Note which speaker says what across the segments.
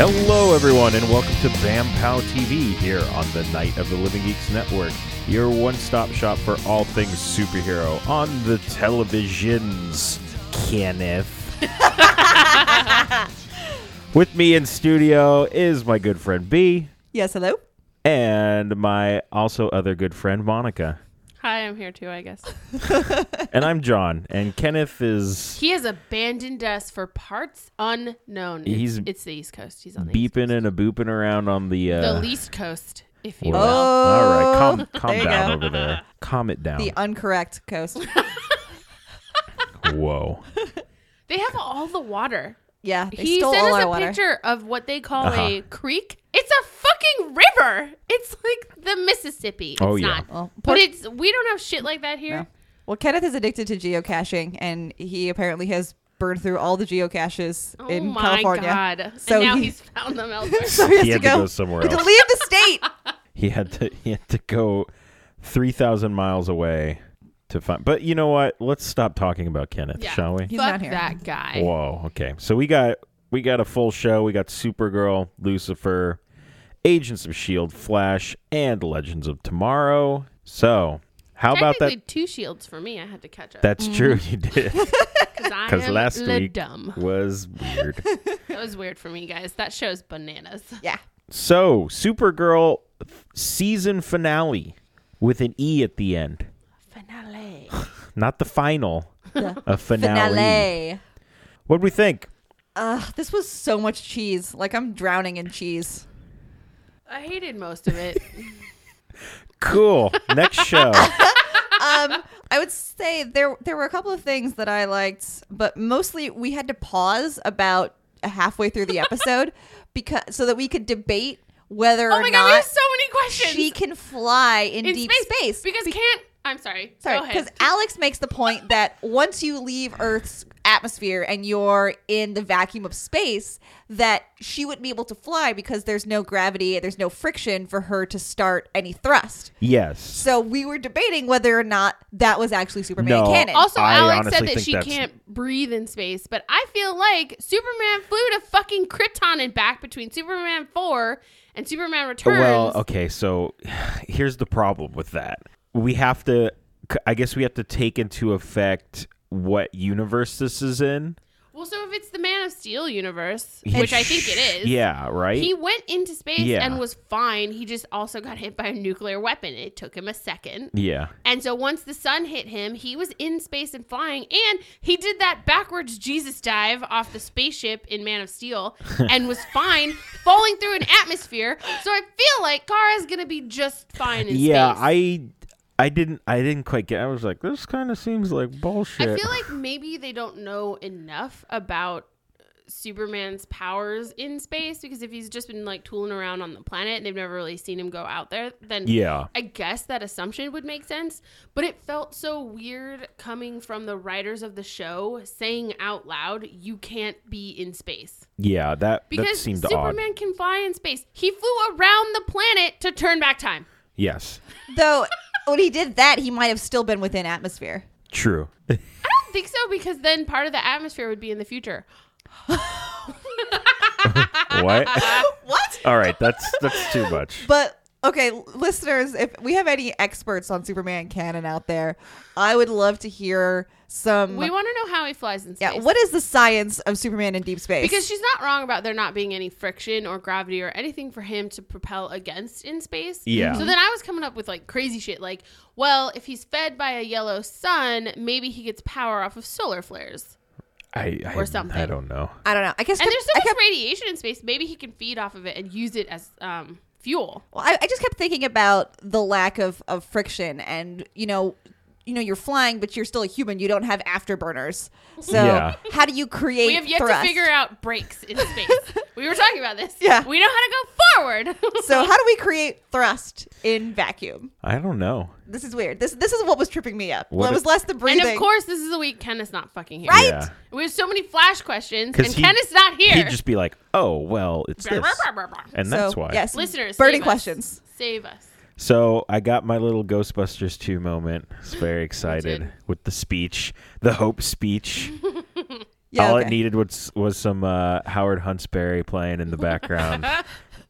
Speaker 1: Hello, everyone, and welcome to BamPow TV here on the Night of the Living Geeks Network, your one stop shop for all things superhero on the televisions, Kenneth. With me in studio is my good friend B
Speaker 2: Yes, hello.
Speaker 1: and my also other good friend Monica.
Speaker 3: Hi, I'm here too, I guess.
Speaker 1: And I'm John, and Kenneth is
Speaker 3: He has abandoned us for parts unknown. It's-
Speaker 1: He's
Speaker 3: it's the East Coast. He's on the East
Speaker 1: beeping and a booping around on the. Uh,
Speaker 3: Coast. The least coast, if you
Speaker 1: world.
Speaker 2: Oh.
Speaker 3: will.
Speaker 1: All right, calm,
Speaker 2: There
Speaker 1: calm
Speaker 2: you
Speaker 1: down
Speaker 2: go.
Speaker 1: over there. Calm it down.
Speaker 2: The
Speaker 3: Oh.
Speaker 2: uncorrect coast.
Speaker 1: Whoa.
Speaker 3: They have all the water.
Speaker 2: Yeah, they
Speaker 3: he
Speaker 2: stole
Speaker 3: sent
Speaker 2: all
Speaker 3: us
Speaker 2: our
Speaker 3: a
Speaker 2: water.
Speaker 3: picture of what they call
Speaker 1: Uh-huh.
Speaker 3: a creek. It's a fucking river. It's like the Mississippi. It's
Speaker 1: Oh, yeah.
Speaker 3: not.
Speaker 2: Well, poor-
Speaker 3: but it's we don't have shit like that here.
Speaker 2: No. Well, Kenneth is addicted to geocaching, and he apparently has burned through all the geocaches
Speaker 3: Oh
Speaker 2: in
Speaker 3: my
Speaker 2: California.
Speaker 3: god.
Speaker 2: So
Speaker 3: and now
Speaker 2: he-
Speaker 3: he's found them elsewhere.
Speaker 2: So he has
Speaker 1: He
Speaker 2: to,
Speaker 1: had to
Speaker 2: go,
Speaker 1: go somewhere
Speaker 2: he had to
Speaker 1: else.
Speaker 2: leave the state.
Speaker 1: he had to he had to go 3000 miles away to find but you know what let's stop talking about kenneth
Speaker 3: Yeah.
Speaker 1: shall we
Speaker 2: He's
Speaker 3: Fuck
Speaker 2: not here.
Speaker 3: that guy.
Speaker 1: whoa okay so we got we got a full show we got supergirl lucifer agents of shield E flash and legends of tomorrow so how about that
Speaker 3: Technically, two shields for me. I had to catch up.
Speaker 1: that's true
Speaker 2: mm.
Speaker 1: you did because
Speaker 3: Because
Speaker 1: last
Speaker 3: le
Speaker 1: week
Speaker 3: dumb.
Speaker 1: was weird
Speaker 3: That was weird for me, guys. That show's bananas.
Speaker 2: Yeah.
Speaker 1: so supergirl season finale with an e at the end
Speaker 3: Finale.
Speaker 1: not the final
Speaker 2: The
Speaker 1: a finale.
Speaker 2: Finale.
Speaker 1: What do we think?
Speaker 2: Ugh, this was so much cheese. Like I'm drowning in cheese.
Speaker 3: I hated most of it.
Speaker 1: Cool. Next show.
Speaker 2: um, I would say there there were a couple of things that I liked, but mostly we had to pause about halfway through the episode because so that we could debate whether
Speaker 3: oh
Speaker 2: or
Speaker 3: my god, we
Speaker 2: not
Speaker 3: have so many questions.
Speaker 2: she can fly in,
Speaker 3: in
Speaker 2: deep
Speaker 3: space,
Speaker 2: space.
Speaker 3: because can't. I'm sorry.
Speaker 2: Sorry,
Speaker 3: Go
Speaker 2: because
Speaker 3: ahead.
Speaker 2: Alex makes the point that once you leave Earth's atmosphere and you're in the vacuum of space, that she wouldn't be able to fly because there's no gravity, there's no friction for her to start any thrust.
Speaker 1: Yes.
Speaker 2: So we were debating whether or not that was actually Superman
Speaker 1: No.
Speaker 2: canon.
Speaker 3: Also,
Speaker 1: I
Speaker 3: Alex
Speaker 1: honestly
Speaker 3: said that
Speaker 1: think
Speaker 3: she
Speaker 1: that's-
Speaker 3: can't breathe in space, but I feel like Superman flew to fucking Krypton and back between Superman Four and Superman Returns.
Speaker 1: Well, okay, so here's the problem with that. We have to I guess we have to take into effect what universe this is in.
Speaker 3: Well, so if it's the Man of Steel universe,
Speaker 1: He-
Speaker 3: which I think it is,
Speaker 1: Yeah, right?
Speaker 3: He went into space
Speaker 1: Yeah.
Speaker 3: and was fine. He just also got hit by a nuclear weapon. It took him a second.
Speaker 1: yeah.
Speaker 3: And so once the sun hit him, he was in space and flying, and he did that backwards Jesus dive off the spaceship in Man of Steel and was fine falling through an atmosphere. So I feel like Kara's gonna be just fine in
Speaker 1: Yeah,
Speaker 3: space.
Speaker 1: I I didn't I didn't quite get I was like, this kind of seems like bullshit.
Speaker 3: I feel like maybe they don't know enough about Superman's powers in space because if he's just been like tooling around on the planet and they've never really seen him go out there, then
Speaker 1: yeah.
Speaker 3: I guess that assumption would make sense, but it felt so weird coming from the writers of the show saying out loud, you can't be in space.
Speaker 1: Yeah, that that
Speaker 3: Because
Speaker 1: seemed odd.
Speaker 3: Superman can fly in space. He flew around the planet to turn back time.
Speaker 1: Yes.
Speaker 2: Though when he did that, he might have still been within atmosphere.
Speaker 1: True.
Speaker 3: I don't think so because then part of the atmosphere would be in the future.
Speaker 1: what?
Speaker 2: What?
Speaker 1: All right, that's that's too much.
Speaker 2: But okay, listeners, if we have any experts on Superman canon out there, I would love to hear some.
Speaker 3: We want to know how he flies in space.
Speaker 2: yeah, what is the science of Superman in deep space?
Speaker 3: Because she's not wrong about there not being any friction or gravity or anything for him to propel against in space.
Speaker 1: Yeah.
Speaker 3: So then I was coming up with like crazy shit like, well, if he's fed by a yellow sun, maybe he gets power off of solar flares.
Speaker 1: I, I
Speaker 3: Or something.
Speaker 1: I don't know.
Speaker 2: I don't know. I guess
Speaker 3: And there's so
Speaker 2: I
Speaker 3: much
Speaker 2: kept,
Speaker 3: radiation in space, maybe he can feed off of it and use it as um, fuel.
Speaker 2: well, I, I just kept thinking about the lack of of friction, and you know. You know you're flying, but you're still a human. You don't have afterburners, so
Speaker 1: Yeah.
Speaker 2: how do you create?
Speaker 3: We have yet
Speaker 2: thrust?
Speaker 3: to figure out brakes in space. we were talking about this.
Speaker 2: Yeah.
Speaker 3: We know how to go forward.
Speaker 2: So how do we create thrust in vacuum?
Speaker 1: I don't know.
Speaker 2: This is weird. This this is what was tripping me up.
Speaker 1: What
Speaker 2: Well, it
Speaker 1: if-
Speaker 2: was less the
Speaker 3: and
Speaker 2: breathing.
Speaker 3: of course, this is the week Ken is not fucking here.
Speaker 2: Right?
Speaker 1: Yeah.
Speaker 3: We have so many flash questions, and
Speaker 1: 'Cause he-
Speaker 3: Ken is not here.
Speaker 1: He'd just be like, "Oh, well, it's this," and that's
Speaker 2: so,
Speaker 1: why.
Speaker 2: Yes,
Speaker 3: Listeners,
Speaker 2: burning
Speaker 3: save us.
Speaker 2: questions.
Speaker 3: Save us.
Speaker 1: So I got my little Ghostbusters two moment. I was very excited
Speaker 3: did.
Speaker 1: with the speech, the hope speech.
Speaker 2: Yeah,
Speaker 1: All it
Speaker 2: okay.
Speaker 1: needed was was some uh, Howard Huntsberry playing in the background,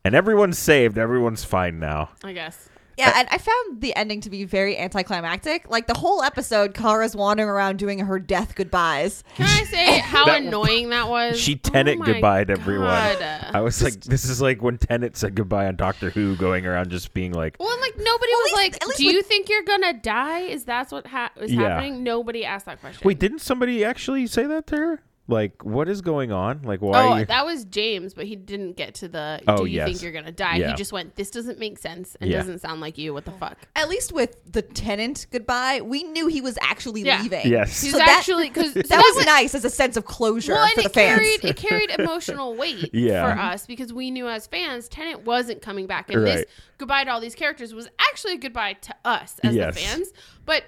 Speaker 1: and everyone's saved. Everyone's fine now.
Speaker 3: I guess.
Speaker 2: Yeah, and I found the ending to be very anticlimactic. Like the whole episode, Kara's wandering around doing her death goodbyes.
Speaker 3: Can I say how
Speaker 1: That-
Speaker 3: annoying that was?
Speaker 1: She
Speaker 3: Oh
Speaker 1: Tenet
Speaker 3: my
Speaker 1: goodbye to everyone.
Speaker 3: God.
Speaker 1: I was like, this is like when Tenet said goodbye on Doctor Who, going around just being like,
Speaker 3: Well, and, like nobody
Speaker 2: Well,
Speaker 3: was
Speaker 2: at least- at
Speaker 3: like,
Speaker 2: least
Speaker 3: "Do
Speaker 2: with-
Speaker 3: you think you're gonna die?" Is that's what ha- is
Speaker 1: Yeah.
Speaker 3: happening? Nobody asked that question.
Speaker 1: wait, didn't somebody actually say that to her? Like, what is going on? Like, why?
Speaker 3: Oh,
Speaker 1: are you-
Speaker 3: that was James, but he didn't get to the.
Speaker 1: Oh,
Speaker 3: Do you
Speaker 1: yes.
Speaker 3: think you're gonna die?
Speaker 1: Yeah.
Speaker 3: He just went. This doesn't make sense and
Speaker 1: Yeah.
Speaker 3: doesn't sound like you. What the fuck?
Speaker 2: At least with the tenant goodbye, we knew he was actually
Speaker 3: Yeah.
Speaker 2: leaving.
Speaker 1: Yes.
Speaker 3: He's
Speaker 2: So that-
Speaker 3: actually because
Speaker 2: That was nice as a sense of closure
Speaker 3: Well, and
Speaker 2: for the
Speaker 3: it
Speaker 2: fans.
Speaker 3: carried it carried emotional weight
Speaker 1: Yeah.
Speaker 3: for us because we knew as fans, Tenant wasn't coming back, and this
Speaker 1: Right.
Speaker 3: goodbye to all these characters was actually a goodbye to us as
Speaker 1: Yes.
Speaker 3: the fans. But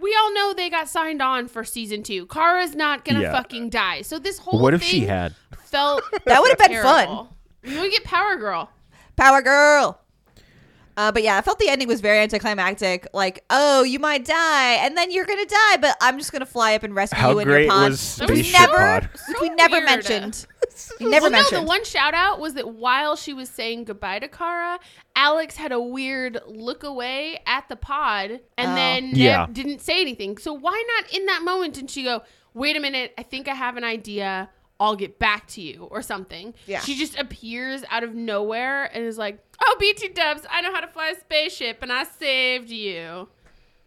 Speaker 3: we all know they got signed on for season two. Kara's not gonna
Speaker 1: Yeah.
Speaker 3: fucking die. So this whole
Speaker 1: what if she
Speaker 3: thing
Speaker 1: had?
Speaker 3: felt
Speaker 2: That would've been fun.
Speaker 3: terrible. We get Power Girl.
Speaker 2: Power Girl. Uh, but yeah, I felt the ending was very anticlimactic. Like, oh, you might die, and then you're gonna die, but I'm just gonna fly up and rescue
Speaker 1: How
Speaker 2: you in
Speaker 1: great
Speaker 2: your pod.
Speaker 1: was
Speaker 2: which we
Speaker 1: Spaceship
Speaker 2: never,
Speaker 1: Pod?
Speaker 2: which
Speaker 3: So
Speaker 2: we never
Speaker 3: weird.
Speaker 2: mentioned. We never
Speaker 3: well, no,
Speaker 2: mentioned.
Speaker 3: the one shout out was that while she was saying goodbye to Kara, Alex had a weird look away at the pod and
Speaker 2: Oh.
Speaker 3: then
Speaker 1: Yeah.
Speaker 3: ne- didn't say anything. So why not in that moment didn't she go, wait a minute, I think I have an idea. I'll get back to you or something.
Speaker 2: Yeah.
Speaker 3: She just appears out of nowhere and is like, oh, BT Dubs, I know how to fly a spaceship and I saved you.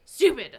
Speaker 3: Stupid.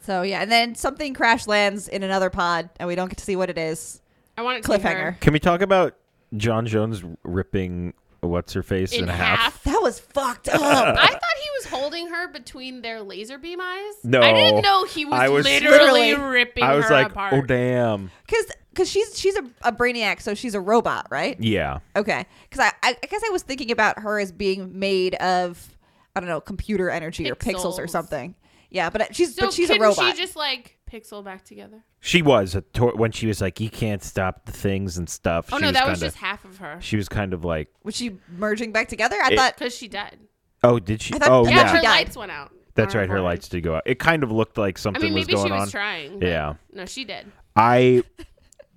Speaker 2: so yeah, and then something crash lands in another pod, and we don't get to see what it is.
Speaker 3: I want it to be
Speaker 2: Cliffhanger.
Speaker 3: her.
Speaker 1: Can we talk about John Jones ripping what's her face in,
Speaker 3: In
Speaker 1: half?
Speaker 3: half.
Speaker 2: That was fucked up.
Speaker 3: I thought he was holding her between their laser beam eyes.
Speaker 1: No.
Speaker 3: I didn't know he was,
Speaker 1: I was-
Speaker 3: literally,
Speaker 2: Literally.
Speaker 3: ripping
Speaker 1: I was
Speaker 3: her
Speaker 1: like,
Speaker 3: apart.
Speaker 1: oh damn,
Speaker 2: Because because she's she's a, a brainiac, so she's a robot, right?
Speaker 1: yeah.
Speaker 2: Okay. Because I, I I guess I was thinking about her as being made of I don't know computer energy or pixels or
Speaker 3: Pixels.
Speaker 2: something. Yeah, but it- she's
Speaker 3: so
Speaker 2: but she's a
Speaker 3: couldn't
Speaker 2: robot.
Speaker 3: she just like pixel back together?
Speaker 1: She was a tor- when she was like, you can't stop the things and stuff.
Speaker 3: Oh
Speaker 1: she
Speaker 3: no, that was
Speaker 1: kinda-
Speaker 3: just half of her
Speaker 1: She was kind of like,
Speaker 2: was she merging back together? I
Speaker 1: It-
Speaker 2: thought
Speaker 3: because she died.
Speaker 1: oh, did she?
Speaker 2: I thought-
Speaker 1: oh
Speaker 2: I
Speaker 3: Yeah,
Speaker 2: thought
Speaker 1: yeah,
Speaker 3: her
Speaker 2: died.
Speaker 3: lights went out.
Speaker 1: that's
Speaker 3: on
Speaker 1: right. Her
Speaker 3: phone.
Speaker 1: lights did go out. It kind of looked like
Speaker 3: I
Speaker 1: something
Speaker 3: mean,
Speaker 1: was
Speaker 3: maybe
Speaker 1: going
Speaker 3: she was
Speaker 1: on.
Speaker 3: trying. but
Speaker 1: yeah,
Speaker 3: No, she did.
Speaker 1: I.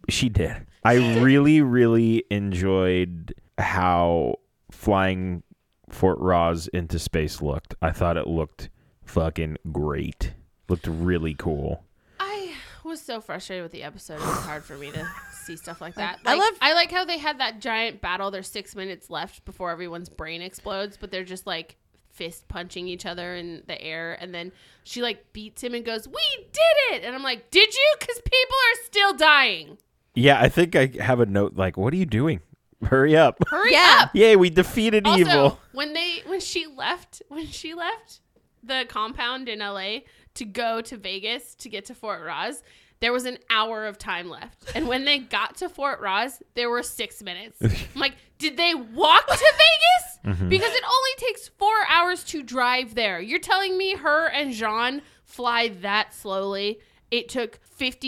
Speaker 1: She did. I really, really enjoyed how flying Fort Ross into space looked. I thought it looked fucking great. Looked really cool.
Speaker 3: I was so frustrated with the episode. It was hard for me to see stuff like that.
Speaker 2: I
Speaker 3: Like,
Speaker 2: love-
Speaker 3: I like how they had that giant battle. There's six minutes left before everyone's brain explodes, but they're just like fist punching each other in the air. And then she like beats him and goes, "We did it!" And I'm like, "Did you?" Because people are still dying.
Speaker 1: Yeah, I think I have a note like, "What are you doing? Hurry up!"
Speaker 3: Hurry
Speaker 2: Yeah.
Speaker 3: up!
Speaker 1: Yay, we defeated
Speaker 3: Also,
Speaker 1: evil.
Speaker 3: when they when she left when she left the compound in LA to go to Vegas to get to Fort Ross, there was an hour of time left. And when they got to Fort Ross, there were six minutes. I'm like, did they walk to Vegas? Because it only takes four hours to drive there. You're telling me her and Jean fly that slowly? It took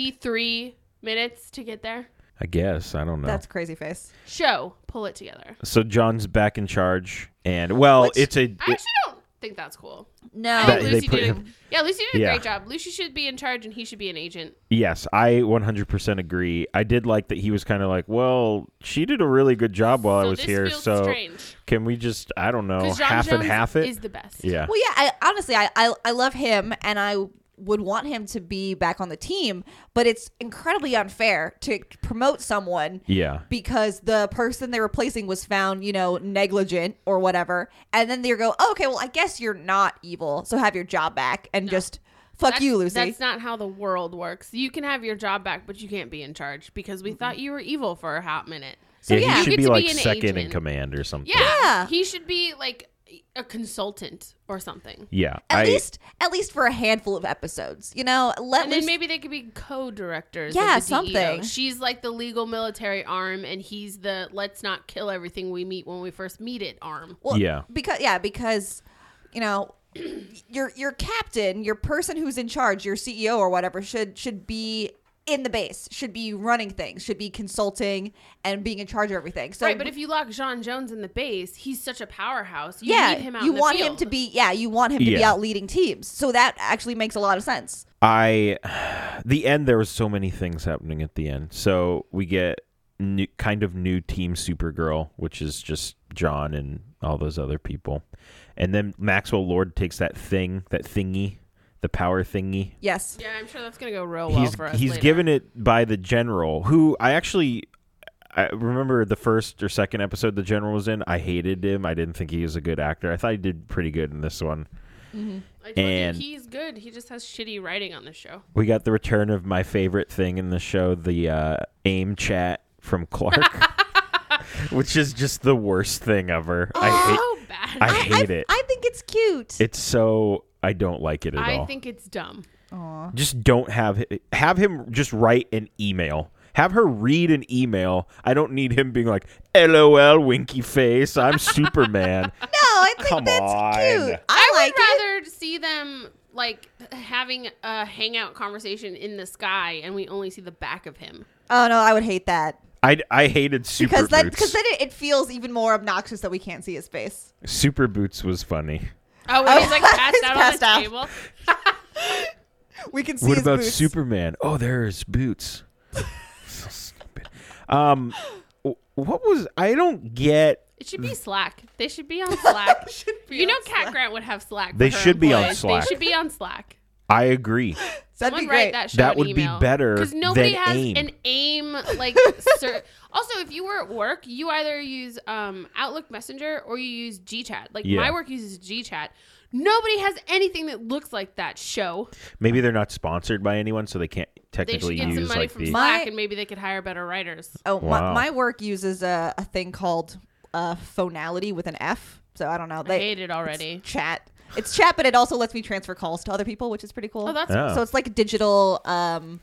Speaker 3: 53 minutes to get there.
Speaker 1: I guess I don't know.
Speaker 2: that's crazy face.
Speaker 3: Show, pull it together.
Speaker 1: so John's back in charge, and well,
Speaker 2: Which-
Speaker 1: it's a.
Speaker 3: I
Speaker 1: it-
Speaker 3: actually don't think that's cool.
Speaker 2: No,
Speaker 3: I
Speaker 1: That-
Speaker 3: think
Speaker 1: they
Speaker 3: Oh, Lucy
Speaker 1: put
Speaker 3: did. a-
Speaker 1: him-
Speaker 3: yeah, Lucy did a
Speaker 1: Yeah.
Speaker 3: great job. Lucy should be in charge, and he should be an agent.
Speaker 1: yes, I 100% agree. I did like that he was kind of like, well, she did a really good job while Oh, I
Speaker 3: so
Speaker 1: was
Speaker 3: this
Speaker 1: here,
Speaker 3: feels
Speaker 1: so
Speaker 3: strange.
Speaker 1: can we just, I don't know,
Speaker 3: Because John
Speaker 1: half
Speaker 3: Jones
Speaker 1: and half it?
Speaker 3: is the best.
Speaker 1: yeah.
Speaker 2: Well, yeah. I honestly, I, I I love him, and I would want him to be back on the team, but it's incredibly unfair to promote someone
Speaker 1: yeah.
Speaker 2: because the person they're replacing was found, you know, negligent or whatever, and then they go, oh, okay, well, I guess you're not evil, so have your job back and just fuck
Speaker 3: That's-
Speaker 2: you, Lucy.
Speaker 3: That's not how the world works. You can have your job back, but you can't be in charge because we thought you were evil for a hot minute.
Speaker 2: so
Speaker 1: yeah,
Speaker 2: yeah,
Speaker 1: he
Speaker 2: you
Speaker 1: should
Speaker 3: get
Speaker 1: be
Speaker 3: to be
Speaker 1: like
Speaker 3: an
Speaker 1: second in
Speaker 3: agent.
Speaker 1: command or something.
Speaker 3: Yeah,
Speaker 2: Yeah.
Speaker 3: he should be like a consultant or something.
Speaker 1: Yeah. I,
Speaker 2: at least at least for a handful of episodes, you know, let
Speaker 3: And then
Speaker 2: Lucy-
Speaker 3: maybe they could be co-directors.
Speaker 2: Yeah,
Speaker 3: of the DEO.
Speaker 2: something.
Speaker 3: She's like the legal military arm, and he's the let's not kill everything we meet when we first meet it arm.
Speaker 2: Well,
Speaker 1: Yeah.
Speaker 2: Because yeah, because you know, E your your captain, your person who's in charge, your CEO or whatever should should be in the base should be running things, should be consulting and being in charge of everything. So
Speaker 3: right, but if you lock John Jones in the base, he's such a powerhouse. You
Speaker 2: yeah,
Speaker 3: need him out
Speaker 2: you
Speaker 3: in the
Speaker 2: want him
Speaker 3: field.
Speaker 2: to be yeah, you want him to be
Speaker 1: Yeah.
Speaker 2: out leading teams. So that actually makes a lot of sense.
Speaker 1: I, the end, there was so many things happening at the end. So we get new, kind of new team Supergirl, which is just John and all those other people. And then Maxwell Lord takes that thing, that thingy, the power thingy.
Speaker 2: Yes.
Speaker 3: Yeah, I'm sure that's gonna go real Oh, well
Speaker 1: he's
Speaker 3: for us.
Speaker 1: he's
Speaker 3: later.
Speaker 1: given it by the general, who I actually I remember the first or second episode the general was in. I hated him. I didn't think he was a good actor. I thought he did pretty good in this one.
Speaker 3: I told you,
Speaker 1: and-
Speaker 3: he's good. He just has shitty writing on the show.
Speaker 1: We got the return of my favorite thing in the show, the uh, aim chat from Clark, which is just the worst thing ever. I hate.
Speaker 3: so bad.
Speaker 1: I
Speaker 3: Oh, I,
Speaker 1: hate
Speaker 2: I,
Speaker 1: it.
Speaker 2: I think it's cute.
Speaker 1: It's so I don't like it at all.
Speaker 3: think it's dumb.
Speaker 2: Aw.
Speaker 1: just don't have hi- have him just write an email. Have her read an email. I don't need him being like, "LOL, winky face, I'm Superman."
Speaker 2: No, I think
Speaker 1: Come
Speaker 2: that's
Speaker 1: on.
Speaker 2: cute. I, like
Speaker 3: would
Speaker 2: it.
Speaker 3: rather see them like having a hangout conversation in the sky, and we only see the back of him.
Speaker 2: Oh no, I would hate that.
Speaker 1: I, I hated Super
Speaker 2: Because then,
Speaker 1: Boots.
Speaker 2: because then it, it feels even more obnoxious that we can't see his face.
Speaker 1: Super Boots was funny.
Speaker 3: Oh, when he's like passed
Speaker 2: he's
Speaker 3: out
Speaker 2: passed
Speaker 3: on
Speaker 2: out.
Speaker 3: the table.
Speaker 2: We can see
Speaker 1: What
Speaker 2: his
Speaker 1: about
Speaker 2: boots.
Speaker 1: Superman? Oh, there's Boots. so stupid. Um, wh- what was I don't get.
Speaker 3: It should be Slack. They should be on Slack.
Speaker 2: Should be
Speaker 3: you know,
Speaker 2: on
Speaker 3: Cat
Speaker 2: Slack.
Speaker 3: Grant would have Slack. for
Speaker 1: They
Speaker 3: her
Speaker 1: should be on
Speaker 3: employees.
Speaker 1: Slack.
Speaker 3: They should be on Slack.
Speaker 1: I agree.
Speaker 2: That'd be
Speaker 3: Someone
Speaker 2: great.
Speaker 3: write that show
Speaker 1: That
Speaker 3: an
Speaker 1: would be
Speaker 3: email.
Speaker 1: better
Speaker 3: nobody
Speaker 1: than
Speaker 3: has
Speaker 1: AIM.
Speaker 3: an aim like. ser- also, if you were at work, you either use um, Outlook Messenger or you use GChat. Like
Speaker 1: Yeah.
Speaker 3: my work uses GChat. Nobody has anything that looks like that show.
Speaker 1: Maybe they're not sponsored by anyone, so they can't
Speaker 3: They should
Speaker 1: technically
Speaker 3: get some
Speaker 1: use
Speaker 3: money
Speaker 1: like
Speaker 3: from
Speaker 1: the.
Speaker 3: Slack,
Speaker 2: My-
Speaker 3: and maybe they could hire better writers.
Speaker 2: Oh,
Speaker 1: Wow.
Speaker 2: my, my work uses a, a thing called uh, phonality with an F. So I don't know. They,
Speaker 3: I hate it already.
Speaker 2: chat. It's chat, but it also lets me transfer calls to other people, which is pretty cool.
Speaker 3: Oh, that's
Speaker 1: Yeah.
Speaker 2: so it's like a digital um,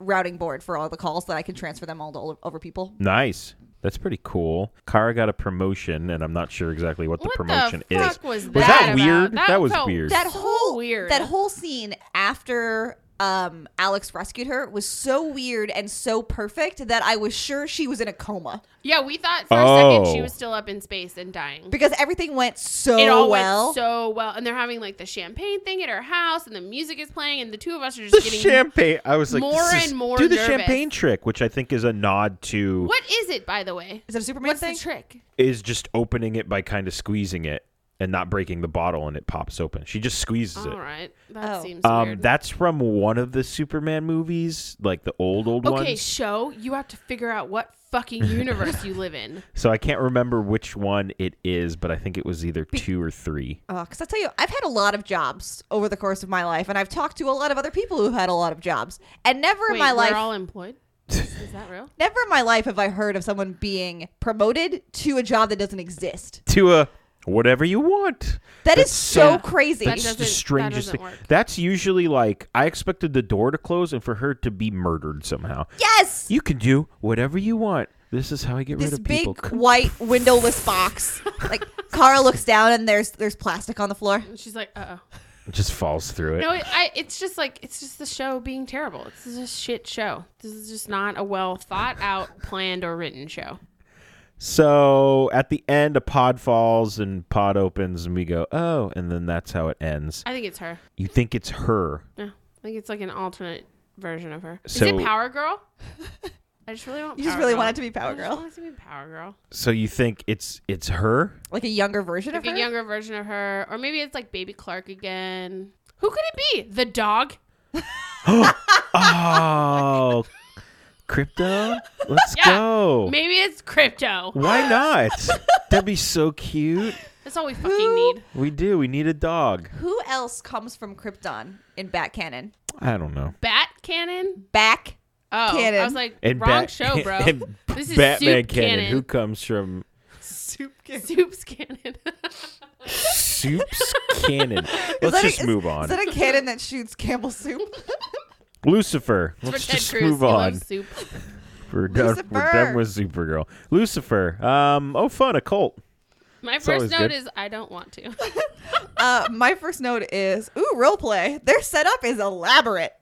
Speaker 2: routing board for all the calls that I can transfer them all to all over people.
Speaker 1: Nice. That's pretty cool. Kara got a promotion, and I'm not sure exactly what the
Speaker 3: What the
Speaker 1: promotion
Speaker 3: fuck
Speaker 1: is.
Speaker 3: was
Speaker 1: that
Speaker 3: that
Speaker 1: weird?
Speaker 3: about? That
Speaker 1: was
Speaker 3: felt-
Speaker 1: weird.
Speaker 2: That
Speaker 3: So
Speaker 2: whole
Speaker 3: weird.
Speaker 2: that whole scene after um, Alex rescued her was so weird and so perfect that I was sure she was in a coma
Speaker 3: Yeah, we thought for a second she
Speaker 1: Oh.
Speaker 3: was still up in space and dying.
Speaker 2: because everything went so
Speaker 3: it all
Speaker 2: oh, well.
Speaker 3: went so well, and they're having like the champagne thing at her house, and the music is playing, and the two of us are just
Speaker 1: the
Speaker 3: getting
Speaker 1: champagne. I was like,
Speaker 3: more
Speaker 1: this is-
Speaker 3: and more
Speaker 1: do the
Speaker 3: nervous.
Speaker 1: champagne trick, which I think is a nod to
Speaker 3: What is it, by the way?
Speaker 2: is it a Superman
Speaker 3: What's
Speaker 2: thing?
Speaker 3: the trick?
Speaker 1: is just opening it by kind of squeezing it and not breaking the bottle, and it pops open. She just squeezes
Speaker 3: All
Speaker 1: it.
Speaker 3: right, that
Speaker 2: Oh.
Speaker 3: seems
Speaker 1: Um,
Speaker 3: weird.
Speaker 1: that's from one of the Superman movies, like the old old
Speaker 3: okay,
Speaker 1: ones.
Speaker 3: show you have to figure out what fucking universe you live in.
Speaker 1: So I can't remember which one it is, but I think it was either two or three.
Speaker 2: Because Uh, I tell you, I've had a lot of jobs over the course of my life, and I've talked to a lot of other people who've had a lot of jobs, and never
Speaker 3: Wait,
Speaker 2: in my
Speaker 3: we're
Speaker 2: life,
Speaker 3: all employed. Is that real?
Speaker 2: never in my life have I heard of someone being promoted to a job that doesn't exist.
Speaker 1: To a whatever you want.
Speaker 2: That is
Speaker 1: That's
Speaker 2: so
Speaker 1: so-
Speaker 2: crazy.
Speaker 3: That
Speaker 1: That's
Speaker 3: doesn't-
Speaker 1: the strangest
Speaker 3: that
Speaker 1: thing.
Speaker 3: doesn't work.
Speaker 1: That's usually like I expected the door to close and for her to be murdered somehow.
Speaker 2: yes,
Speaker 1: You can do whatever you want. This is how I get rid
Speaker 2: this
Speaker 1: of
Speaker 2: big
Speaker 1: people. Come-
Speaker 2: white windowless box. Like Kara looks down, and there's there's plastic on the floor.
Speaker 3: And she's like, uh oh.
Speaker 1: It just falls through it.
Speaker 3: No, it, I, it's just like it's just the show being terrible. It's just a shit show. This is just not a well thought out, planned, or written show.
Speaker 1: So at the end, a pod falls and pod opens, and we go, oh, and then that's how it ends.
Speaker 3: I think it's her.
Speaker 1: You think it's her.
Speaker 3: Yeah, I think it's like an alternate version of her. is
Speaker 1: So-
Speaker 3: it Power Girl? I just really want.
Speaker 2: You just
Speaker 3: Power
Speaker 2: really
Speaker 3: Girl.
Speaker 2: want it to be Power
Speaker 3: I just
Speaker 2: Girl.
Speaker 3: want it to be Power Girl.
Speaker 1: So you think it's it's her?
Speaker 2: Like a younger version of
Speaker 3: Like
Speaker 2: her.
Speaker 3: a younger version of her, or maybe it's like Baby Clark again. Who could it be? The dog.
Speaker 1: Oh, crypto. Let's
Speaker 3: Yeah.
Speaker 1: go.
Speaker 3: Maybe it's Crypto.
Speaker 1: Why not? That'd be so cute.
Speaker 3: That's all we fucking
Speaker 2: Who?
Speaker 3: need.
Speaker 1: We do. We need a dog.
Speaker 2: Who else comes from Krypton in Bat Cannon?
Speaker 1: I don't know.
Speaker 3: Bat Cannon.
Speaker 2: Back.
Speaker 3: Oh, I
Speaker 2: Cannon.
Speaker 3: was like
Speaker 1: And
Speaker 3: wrong
Speaker 1: Bat-
Speaker 3: show, bro.
Speaker 1: and
Speaker 3: this is
Speaker 1: Batman
Speaker 3: Soup
Speaker 1: Cannon,
Speaker 3: Cannon.
Speaker 1: who comes from
Speaker 2: Soup
Speaker 3: Soup's Cannon.
Speaker 1: Soup's Cannon. Let's
Speaker 2: that a-
Speaker 1: just move on.
Speaker 2: Is that a cannon that shoots Campbell soup?
Speaker 1: Lucifer.
Speaker 3: For
Speaker 1: Let's
Speaker 3: Ted
Speaker 1: just
Speaker 3: Cruz,
Speaker 1: move
Speaker 3: he
Speaker 1: on.
Speaker 3: loves Soup.
Speaker 1: We're done, we're
Speaker 2: Lucifer.
Speaker 1: done with Supergirl. Lucifer. Um, oh, fun, a cult.
Speaker 3: My
Speaker 1: always
Speaker 3: first note
Speaker 1: good.
Speaker 3: is I don't want to.
Speaker 2: Uh, my first note is ooh role play. Their setup is elaborate.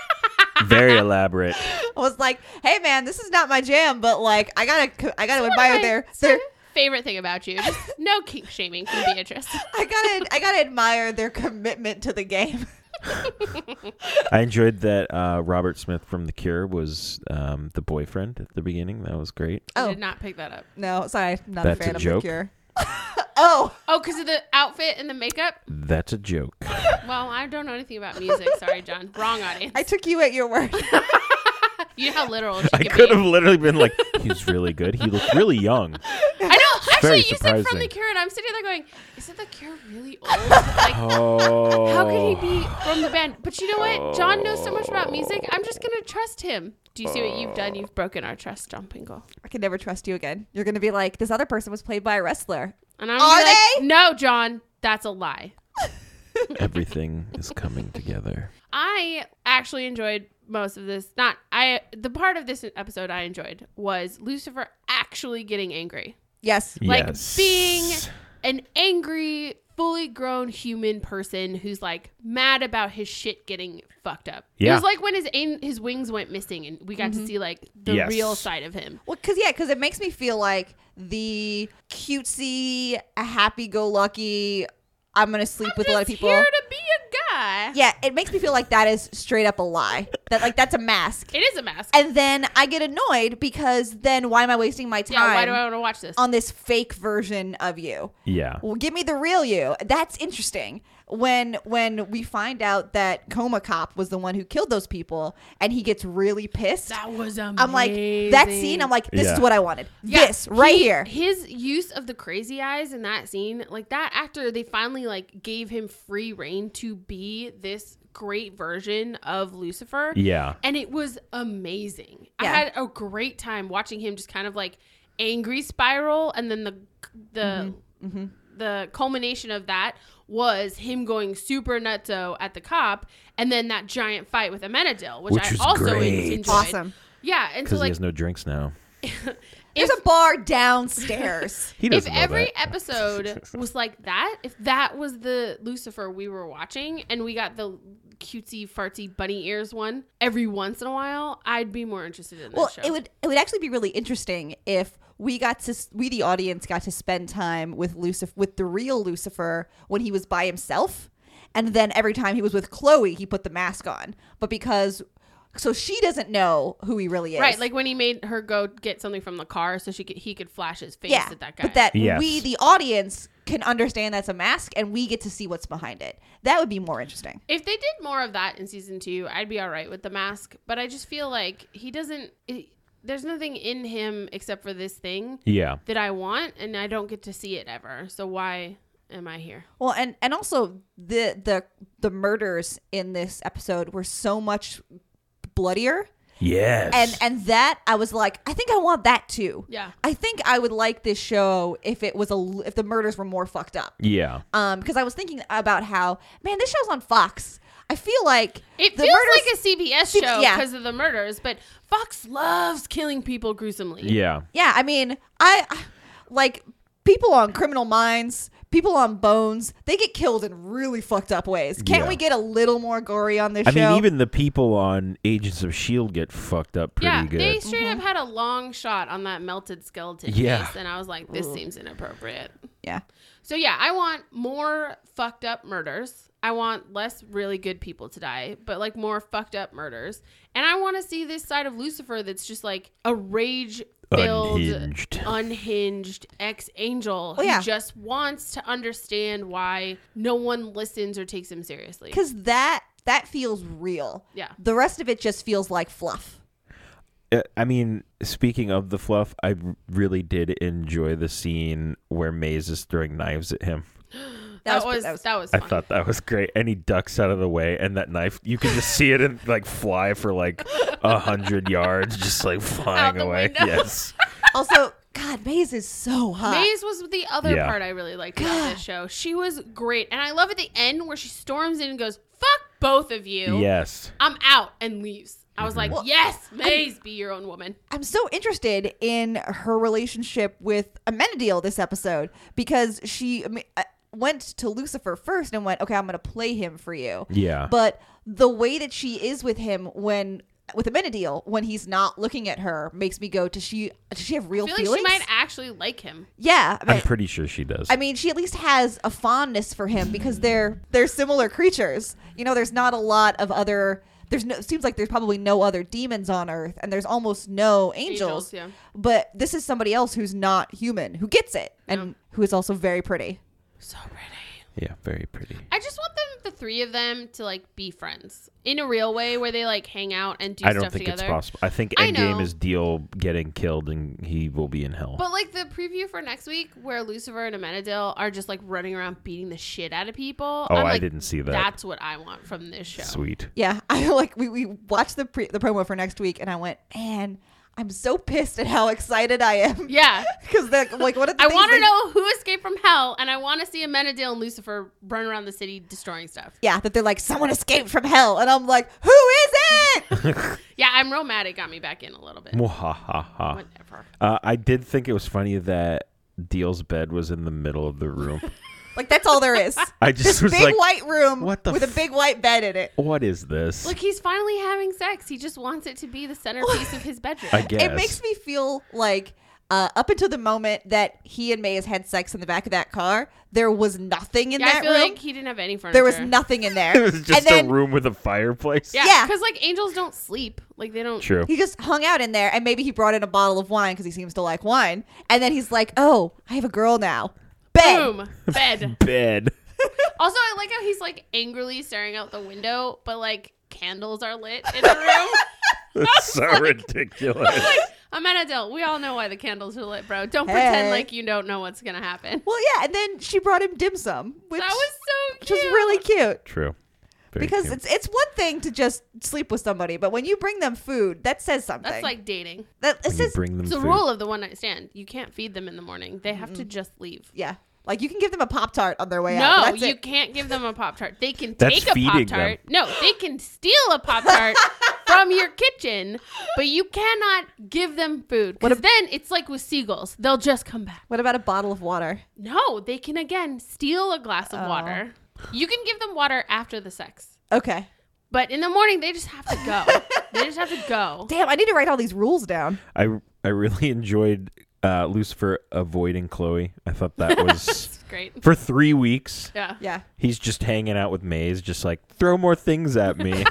Speaker 1: Very elaborate.
Speaker 2: was like, "Hey, man, this is not my jam, but like, I gotta, I gotta
Speaker 3: One of
Speaker 2: admire
Speaker 3: my
Speaker 2: their, their,
Speaker 3: Favorite thing about you. Just no kink shaming from Beatrice.
Speaker 2: I gotta, I gotta admire their commitment to the game."
Speaker 1: I enjoyed that uh, Robert Smith from The Cure was um, the boyfriend at the beginning. That was great.
Speaker 3: I
Speaker 2: Oh.
Speaker 3: did not pick that up.
Speaker 2: No, sorry, not
Speaker 1: That's a
Speaker 2: a fan of
Speaker 1: joke.
Speaker 2: the Cure. oh,
Speaker 3: Oh, because of the outfit and the makeup?
Speaker 1: That's a joke.
Speaker 3: Well, I don't know anything about music. Sorry, John. Wrong audience.
Speaker 2: I took you at your word.
Speaker 3: You know how literal she
Speaker 1: I
Speaker 3: could
Speaker 1: could
Speaker 3: be.
Speaker 1: have literally been like, he's really good. He looked really young.
Speaker 3: I know.
Speaker 1: very
Speaker 3: Actually, you said from
Speaker 1: surprising.
Speaker 3: The Cure, and I'm sitting there going, isn't The Cure really old? Like,
Speaker 1: Oh.
Speaker 3: how could he be from the band? But you know what? John knows so much about music. I'm just going to trust him. Do you see what you've done? You've broken our trust, John Pingle.
Speaker 2: I can never trust you again. You're gonna be like, this other person was played by a wrestler.
Speaker 3: And I'm gonna
Speaker 2: Are
Speaker 3: be like,
Speaker 2: they?
Speaker 3: no, John, that's a lie.
Speaker 1: Everything is coming together.
Speaker 3: I actually enjoyed most of this. Not I. The part of this episode I enjoyed was Lucifer actually getting angry,
Speaker 2: Yes,
Speaker 3: like
Speaker 1: yes.
Speaker 3: being an angry, fully grown human person who's like mad about his shit getting fucked up. It
Speaker 1: Yeah.
Speaker 3: was like when his an- his wings went missing, and we got
Speaker 2: Mm-hmm.
Speaker 3: to see like the
Speaker 1: Yes.
Speaker 3: real side of him.
Speaker 2: Well, because yeah, because it makes me feel like the cutesy, happy-go-lucky. I'm gonna sleep with a lot of
Speaker 3: Just
Speaker 2: people.
Speaker 3: here to be a guy.
Speaker 2: yeah, it makes me feel like that is straight up a lie. That like that's a mask.
Speaker 3: It is a mask.
Speaker 2: And then I get annoyed because then why am I wasting my time
Speaker 3: yeah. Why do I want to watch this?
Speaker 2: on this fake version of you?
Speaker 1: Yeah.
Speaker 2: Well, give me the real you. That's interesting. When when we find out that Coma Cop was the one who killed those people, and he gets really pissed.
Speaker 3: that was amazing.
Speaker 2: I'm like that scene. I'm like, this
Speaker 1: Yeah.
Speaker 2: is what I wanted.
Speaker 3: Yeah,
Speaker 2: This right
Speaker 3: he-
Speaker 2: here.
Speaker 3: His use of the crazy eyes in that scene, like that actor, they finally like gave him free reign to be this great version of Lucifer.
Speaker 1: Yeah.
Speaker 3: And it was amazing. I
Speaker 2: Yeah.
Speaker 3: had a great time watching him just kind of like angry spiral and then the the
Speaker 2: Mm-hmm.
Speaker 3: the culmination of that was him going super nutso at the cop and then that giant fight with Amenadil, which,
Speaker 1: Which
Speaker 3: I
Speaker 1: was
Speaker 3: also
Speaker 1: great.
Speaker 3: enjoyed.
Speaker 2: Awesome.
Speaker 3: Yeah, and so
Speaker 1: Because he
Speaker 3: like
Speaker 1: has no drinks now.
Speaker 2: There's a bar downstairs.
Speaker 1: He
Speaker 3: if
Speaker 1: doesn't know
Speaker 3: every
Speaker 1: that.
Speaker 3: episode was like that, if that was the Lucifer we were watching and we got the cutesy fartsy bunny ears one every once in a while, I'd be more interested in this
Speaker 2: well,
Speaker 3: show.
Speaker 2: it would it would actually be really interesting if we got to s- we the audience got to spend time with Lucifer with the real Lucifer when he was by himself, and then every time he was with Chloe, he put the mask on. But because so she doesn't know who he really is,
Speaker 3: right, like when he made her go get something from the car so she could he could flash his face
Speaker 2: yeah,
Speaker 3: at that guy.
Speaker 2: but that
Speaker 1: Yes.
Speaker 2: we the audience can understand that's a mask, and we get to see what's behind it. That would be more interesting.
Speaker 3: if they did more of that in season two, I'd be all right with the mask. But I just feel like he doesn't. It, there's nothing in him except for this thing
Speaker 1: Yeah.
Speaker 3: that I want, and I don't get to see it ever. So why am I here?
Speaker 2: Well, and and also the the the murders in this episode were so much bloodier.
Speaker 1: Yes.
Speaker 2: and and that I was like, I think I want that too.
Speaker 3: Yeah.
Speaker 2: I think I would like this show if it was a l- if the murders were more fucked up.
Speaker 1: yeah.
Speaker 2: Um, because I was thinking about how man, this show's on Fox. I feel like
Speaker 3: It
Speaker 2: the
Speaker 3: feels
Speaker 2: murders-
Speaker 3: like a CBS show
Speaker 2: yeah.
Speaker 3: because of the murders, but Fox loves killing people gruesomely.
Speaker 1: Yeah.
Speaker 2: yeah. I mean, I, I like people on Criminal Minds. People on Bones, they get killed in really fucked up ways. Can't
Speaker 1: Yeah.
Speaker 2: we get a little more gory on this
Speaker 1: I
Speaker 2: show?
Speaker 1: mean, even the people on Agents of Shield E get fucked up pretty
Speaker 3: Yeah,
Speaker 1: good.
Speaker 3: they straight
Speaker 2: Mm-hmm.
Speaker 3: up had a long shot on that melted skeleton
Speaker 1: Yeah.
Speaker 3: face, and I was like, "This seems inappropriate."
Speaker 2: yeah,
Speaker 3: So yeah, I want more fucked up murders. I want less really good people to die, but like more fucked up murders. And I want to see this side of Lucifer that's just like a rage filled,
Speaker 1: Unhinged.
Speaker 3: unhinged ex angel
Speaker 2: yeah.
Speaker 3: who just wants to understand why no one listens or takes him seriously.
Speaker 2: because that that feels real.
Speaker 3: Yeah.
Speaker 2: the rest of it just feels like fluff.
Speaker 1: Uh, I mean, speaking of the fluff, I r- really did enjoy the scene where Maze is throwing knives at him.
Speaker 3: That, was, that was
Speaker 1: I
Speaker 3: fun.
Speaker 1: thought that was great. And he ducks out of the way, and that knife, you can just see it and like fly for like a hundred yards, just like flying
Speaker 3: the
Speaker 1: away.
Speaker 3: window.
Speaker 1: Yes.
Speaker 2: also, God, Maze is so hot.
Speaker 3: Maze was the other
Speaker 1: Yeah.
Speaker 3: part I really liked about this show. She was great, and I love at the end where she storms in and goes, "Fuck both of you."
Speaker 1: Yes.
Speaker 3: I'm out and leaves. I
Speaker 1: Mm-hmm.
Speaker 3: was like, yes, Maze, be your own woman.
Speaker 2: I'm so interested in her relationship with Amenadiel this episode because she I mean, uh, went to Lucifer first and went, "Okay, I'm going to play him for you."
Speaker 1: Yeah.
Speaker 2: But the way that she is with him when with Amenadiel when he's not looking at her makes me go, does she does she have real
Speaker 3: I feel like
Speaker 2: feelings?
Speaker 3: she might actually like him.
Speaker 2: yeah, I
Speaker 1: I'm
Speaker 2: mean,
Speaker 1: pretty sure she does.
Speaker 2: I mean, she at least has a fondness for him because they're they're similar creatures. You know, there's not a lot of other. There's no. It seems like there's probably no other demons on Earth, and there's almost no angels.
Speaker 3: Angels, yeah.
Speaker 2: But this is somebody else who's not human, who gets it, and
Speaker 3: Yeah.
Speaker 2: who is also very pretty.
Speaker 3: So pretty.
Speaker 1: yeah, very pretty.
Speaker 3: I just want them, the three of them, to like be friends in a real way where they like hang out and do
Speaker 1: I don't
Speaker 3: stuff
Speaker 1: think
Speaker 3: together.
Speaker 1: it's possible. I think
Speaker 3: I
Speaker 1: Endgame
Speaker 3: know.
Speaker 1: is Deal getting killed and he will be in hell.
Speaker 3: But like the preview for next week, where Lucifer and Amenadil are just like running around beating the shit out of people.
Speaker 1: Oh,
Speaker 3: I'm
Speaker 1: I
Speaker 3: like,
Speaker 1: didn't see that.
Speaker 3: That's what I want from this show.
Speaker 1: Sweet.
Speaker 2: Yeah, I like we, we watched the pre- the promo for next week, and I went, man, I'm so pissed at how excited I am.
Speaker 3: Yeah.
Speaker 2: because they're like, what? Are the
Speaker 3: I
Speaker 2: things
Speaker 3: want to
Speaker 2: they-
Speaker 3: know who escaped from hell, and I want to see Amenadil and Lucifer run around the city destroying stuff.
Speaker 2: Yeah, that they're like, someone escaped from hell, and I'm like, who is it?
Speaker 3: Yeah, I'm real mad it got me back in a little bit.
Speaker 1: Mwahaha.
Speaker 3: Whatever.
Speaker 1: Uh, I did think it was funny that Deal's bed was in the middle of the room.
Speaker 2: like that's all there is.
Speaker 1: I just
Speaker 2: this
Speaker 1: was
Speaker 2: big
Speaker 1: like,
Speaker 2: white room
Speaker 1: what the
Speaker 2: with
Speaker 1: f-
Speaker 2: a big white bed in it.
Speaker 1: what is this?
Speaker 3: Look, he's finally having sex. He just wants it to be the centerpiece of his bedroom.
Speaker 1: I guess.
Speaker 2: It makes me feel like uh, up until the moment that he and Mays had sex in the back of that car, there was nothing in
Speaker 3: yeah, I
Speaker 2: that
Speaker 3: feel
Speaker 2: room.
Speaker 3: like he didn't have any furniture.
Speaker 2: there was nothing in there.
Speaker 1: it was just
Speaker 2: and then
Speaker 1: a room with a fireplace.
Speaker 3: Yeah,
Speaker 2: Yeah.
Speaker 3: because like angels don't sleep. Like they don't.
Speaker 1: True.
Speaker 2: he just hung out in there, and maybe he brought in a bottle of wine because he seems to like wine. And then he's like, "Oh, I have a girl now." Bed.
Speaker 3: Boom. Bed.
Speaker 1: Bed.
Speaker 3: also, I like how he's like angrily staring out the window, but like candles are lit in the room.
Speaker 1: That's so ridiculous.
Speaker 3: I'm an adult. We all know why the candles are lit, bro. Don't
Speaker 2: Hey.
Speaker 3: pretend like you don't know what's gonna happen.
Speaker 2: Well, yeah, and then she brought him dim sum, which
Speaker 3: that was so
Speaker 2: which
Speaker 3: cute.
Speaker 2: was really cute.
Speaker 1: True. Very
Speaker 2: Because
Speaker 1: cute.
Speaker 2: it's it's one thing to just sleep with somebody, but when you bring them food, that says something.
Speaker 3: That's like dating.
Speaker 2: that it
Speaker 1: when you
Speaker 2: says
Speaker 1: bring them
Speaker 3: It's a
Speaker 1: food.
Speaker 3: rule of the one night stand. You can't feed them in the morning. They have to just leave.
Speaker 2: yeah. Like you can give them a pop tart on their way out.
Speaker 3: No,
Speaker 2: but Oh, that's
Speaker 3: you
Speaker 2: it.
Speaker 3: can't give them a pop tart. They can
Speaker 1: That's
Speaker 3: take a
Speaker 1: feeding them.
Speaker 3: pop tart. No, they can steal a pop tart from your kitchen, but you cannot give them food. Because then it's like with seagulls; they'll just come back.
Speaker 2: What about a bottle of water?
Speaker 3: No, they can again steal a glass of water.
Speaker 2: Oh.
Speaker 3: You can give them water after the sex,
Speaker 2: Okay.
Speaker 3: but in the morning they just have to go. they just have to go.
Speaker 2: Damn, I need to write all these rules down.
Speaker 1: I I really enjoyed uh, Lucifer avoiding Chloe. I thought that was
Speaker 3: It's great.
Speaker 1: for three weeks.
Speaker 3: Yeah.
Speaker 2: Yeah.
Speaker 1: He's just hanging out with Maze, just like throw more things at me.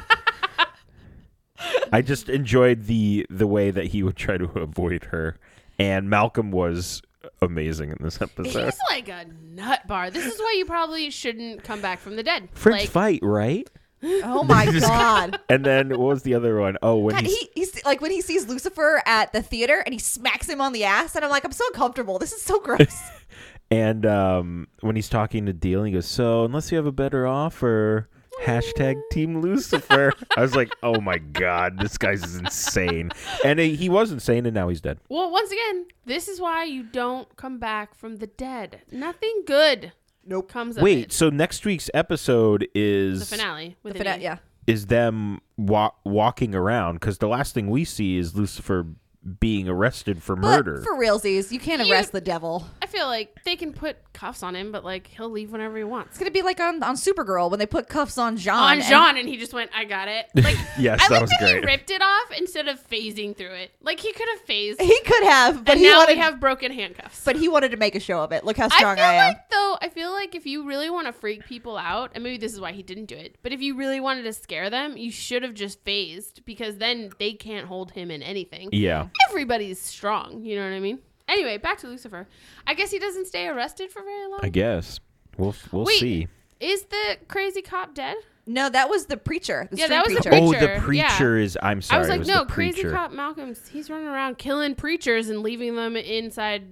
Speaker 1: I just enjoyed the the way that he would try to avoid her, and Malcolm was amazing in this episode.
Speaker 3: He's like a nut bar. This is why you probably shouldn't come back from the dead.
Speaker 1: French
Speaker 3: like,
Speaker 1: fight, right?
Speaker 2: Oh my god.
Speaker 1: And then what was the other one? Oh, when
Speaker 2: God,
Speaker 1: he's,
Speaker 2: he, he's like when he sees Lucifer at the theater and he smacks him on the ass, and I'm like, I'm so uncomfortable. This is so gross.
Speaker 1: and um, when he's talking to Deal, and he goes, "So unless you have a better offer." Hashtag Team Lucifer. I was like, oh my god, this guy's insane. And he he was insane, and now he's dead.
Speaker 3: Well, once again, this is why you don't come back from the dead. Nothing good
Speaker 2: nope.
Speaker 3: comes of
Speaker 1: Wait,
Speaker 3: it.
Speaker 1: so next week's episode
Speaker 3: The
Speaker 1: is
Speaker 3: finale. With an
Speaker 2: But, uh,
Speaker 3: E.
Speaker 2: yeah.
Speaker 1: is them wa- walking around because the last thing we see is Lucifer being arrested for murder.
Speaker 2: But for realsies, you can't
Speaker 3: You-
Speaker 2: arrest the devil.
Speaker 3: I feel like they can put cuffs on him, but like he'll leave whenever he wants.
Speaker 2: It's gonna be like on, on Supergirl when they put cuffs on Jean.
Speaker 3: On
Speaker 2: and-
Speaker 3: Jean, and he just went, "I got it." Like,
Speaker 1: Yes,
Speaker 3: I
Speaker 1: that
Speaker 3: like
Speaker 1: was
Speaker 3: he
Speaker 1: great.
Speaker 3: ripped it off instead of phasing through it. Like he could have phased,
Speaker 2: he could have, but
Speaker 3: and
Speaker 2: he
Speaker 3: now
Speaker 2: wanted,
Speaker 3: we have broken handcuffs.
Speaker 2: but he wanted to make a show of it. Look how
Speaker 3: I
Speaker 2: strong
Speaker 3: feel
Speaker 2: I, am.
Speaker 3: like though, I feel like if you really want to freak people out, and maybe this is why he didn't do it, but if you really wanted to scare them, you should have just phased because then they can't hold him in anything.
Speaker 1: yeah,
Speaker 3: everybody's strong. You know what I mean? Anyway, back to Lucifer. I guess he doesn't stay arrested for very long.
Speaker 1: I guess we'll we'll
Speaker 3: Wait,
Speaker 1: see.
Speaker 3: Is the crazy cop dead?
Speaker 2: no, that was the preacher. The
Speaker 3: Yeah,
Speaker 2: street
Speaker 3: that was the
Speaker 2: preacher.
Speaker 3: preacher.
Speaker 1: Oh, the
Speaker 3: yeah.
Speaker 1: preacher is. I'm sorry,
Speaker 3: I was like,
Speaker 1: it was
Speaker 3: no,
Speaker 1: the
Speaker 3: crazy
Speaker 1: preacher.
Speaker 3: cop Malcolm's. He's running around killing preachers and leaving them inside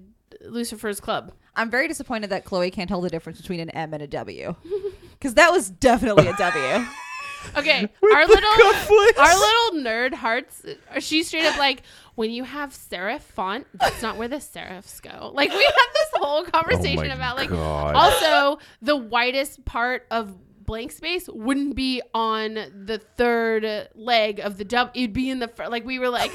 Speaker 3: Lucifer's club.
Speaker 2: I'm very disappointed that Chloe can't tell the difference between an M and a W, because that was definitely a W.
Speaker 3: Okay,
Speaker 1: With
Speaker 3: our
Speaker 1: the
Speaker 3: little
Speaker 1: cufflinks.
Speaker 3: our little nerd hearts. She's straight up like, when you have serif font, that's not where the serifs go. Like we had this whole conversation
Speaker 1: Oh my
Speaker 3: about like.
Speaker 1: God.
Speaker 3: Also, the whitest part of blank space wouldn't be on the third leg of the dub. It'd be in the fir- like we were like.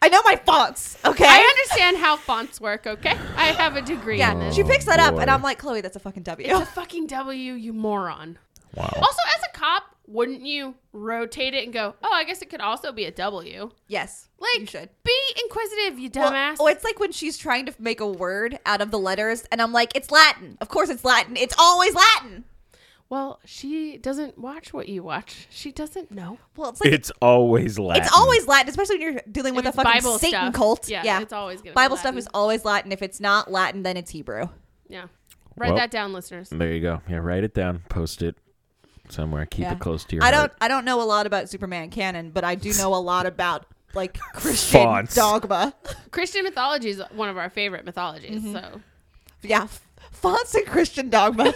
Speaker 2: I know my fonts. Okay.
Speaker 3: I understand how fonts work. Okay, I have a degree in
Speaker 2: yeah,
Speaker 3: this.
Speaker 2: she picks that up,
Speaker 1: Oh, boy.
Speaker 2: and I'm like, Chloe, that's a fucking W.
Speaker 3: It's a fucking W, you moron.
Speaker 1: Wow.
Speaker 3: Also, as a cop, wouldn't you rotate it and go, oh, I guess it could also be a W?
Speaker 2: Yes.
Speaker 3: Like,
Speaker 2: you should.
Speaker 3: be inquisitive, you
Speaker 2: Well,
Speaker 3: dumbass.
Speaker 2: oh, it's like when she's trying to make a word out of the letters, and I'm like, it's Latin. Of course, it's Latin. It's always Latin.
Speaker 3: well, she doesn't watch what you watch. She doesn't know.
Speaker 2: Well, it's like
Speaker 1: It's always Latin.
Speaker 2: it's always Latin, especially when you're dealing with
Speaker 3: If
Speaker 2: a
Speaker 3: it's
Speaker 2: fucking
Speaker 3: Bible
Speaker 2: Satan
Speaker 3: stuff,
Speaker 2: cult.
Speaker 3: yeah,
Speaker 2: Yeah,
Speaker 3: it's always gonna be
Speaker 2: Bible stuff
Speaker 3: Latin.
Speaker 2: is always Latin. If it's not Latin, then it's Hebrew.
Speaker 3: Yeah. Write
Speaker 1: Well- mm.
Speaker 3: that down, listeners.
Speaker 1: There you go. Yeah, write it down. Post it somewhere. Keep
Speaker 2: Yeah.
Speaker 1: it close to your
Speaker 2: I
Speaker 1: heart.
Speaker 2: don't I don't know a lot about Superman canon, but I do know a lot about like Christian
Speaker 1: Fonts.
Speaker 2: dogma.
Speaker 3: Christian mythology is one of our favorite mythologies. So
Speaker 2: yeah, f- fonts and Christian dogma.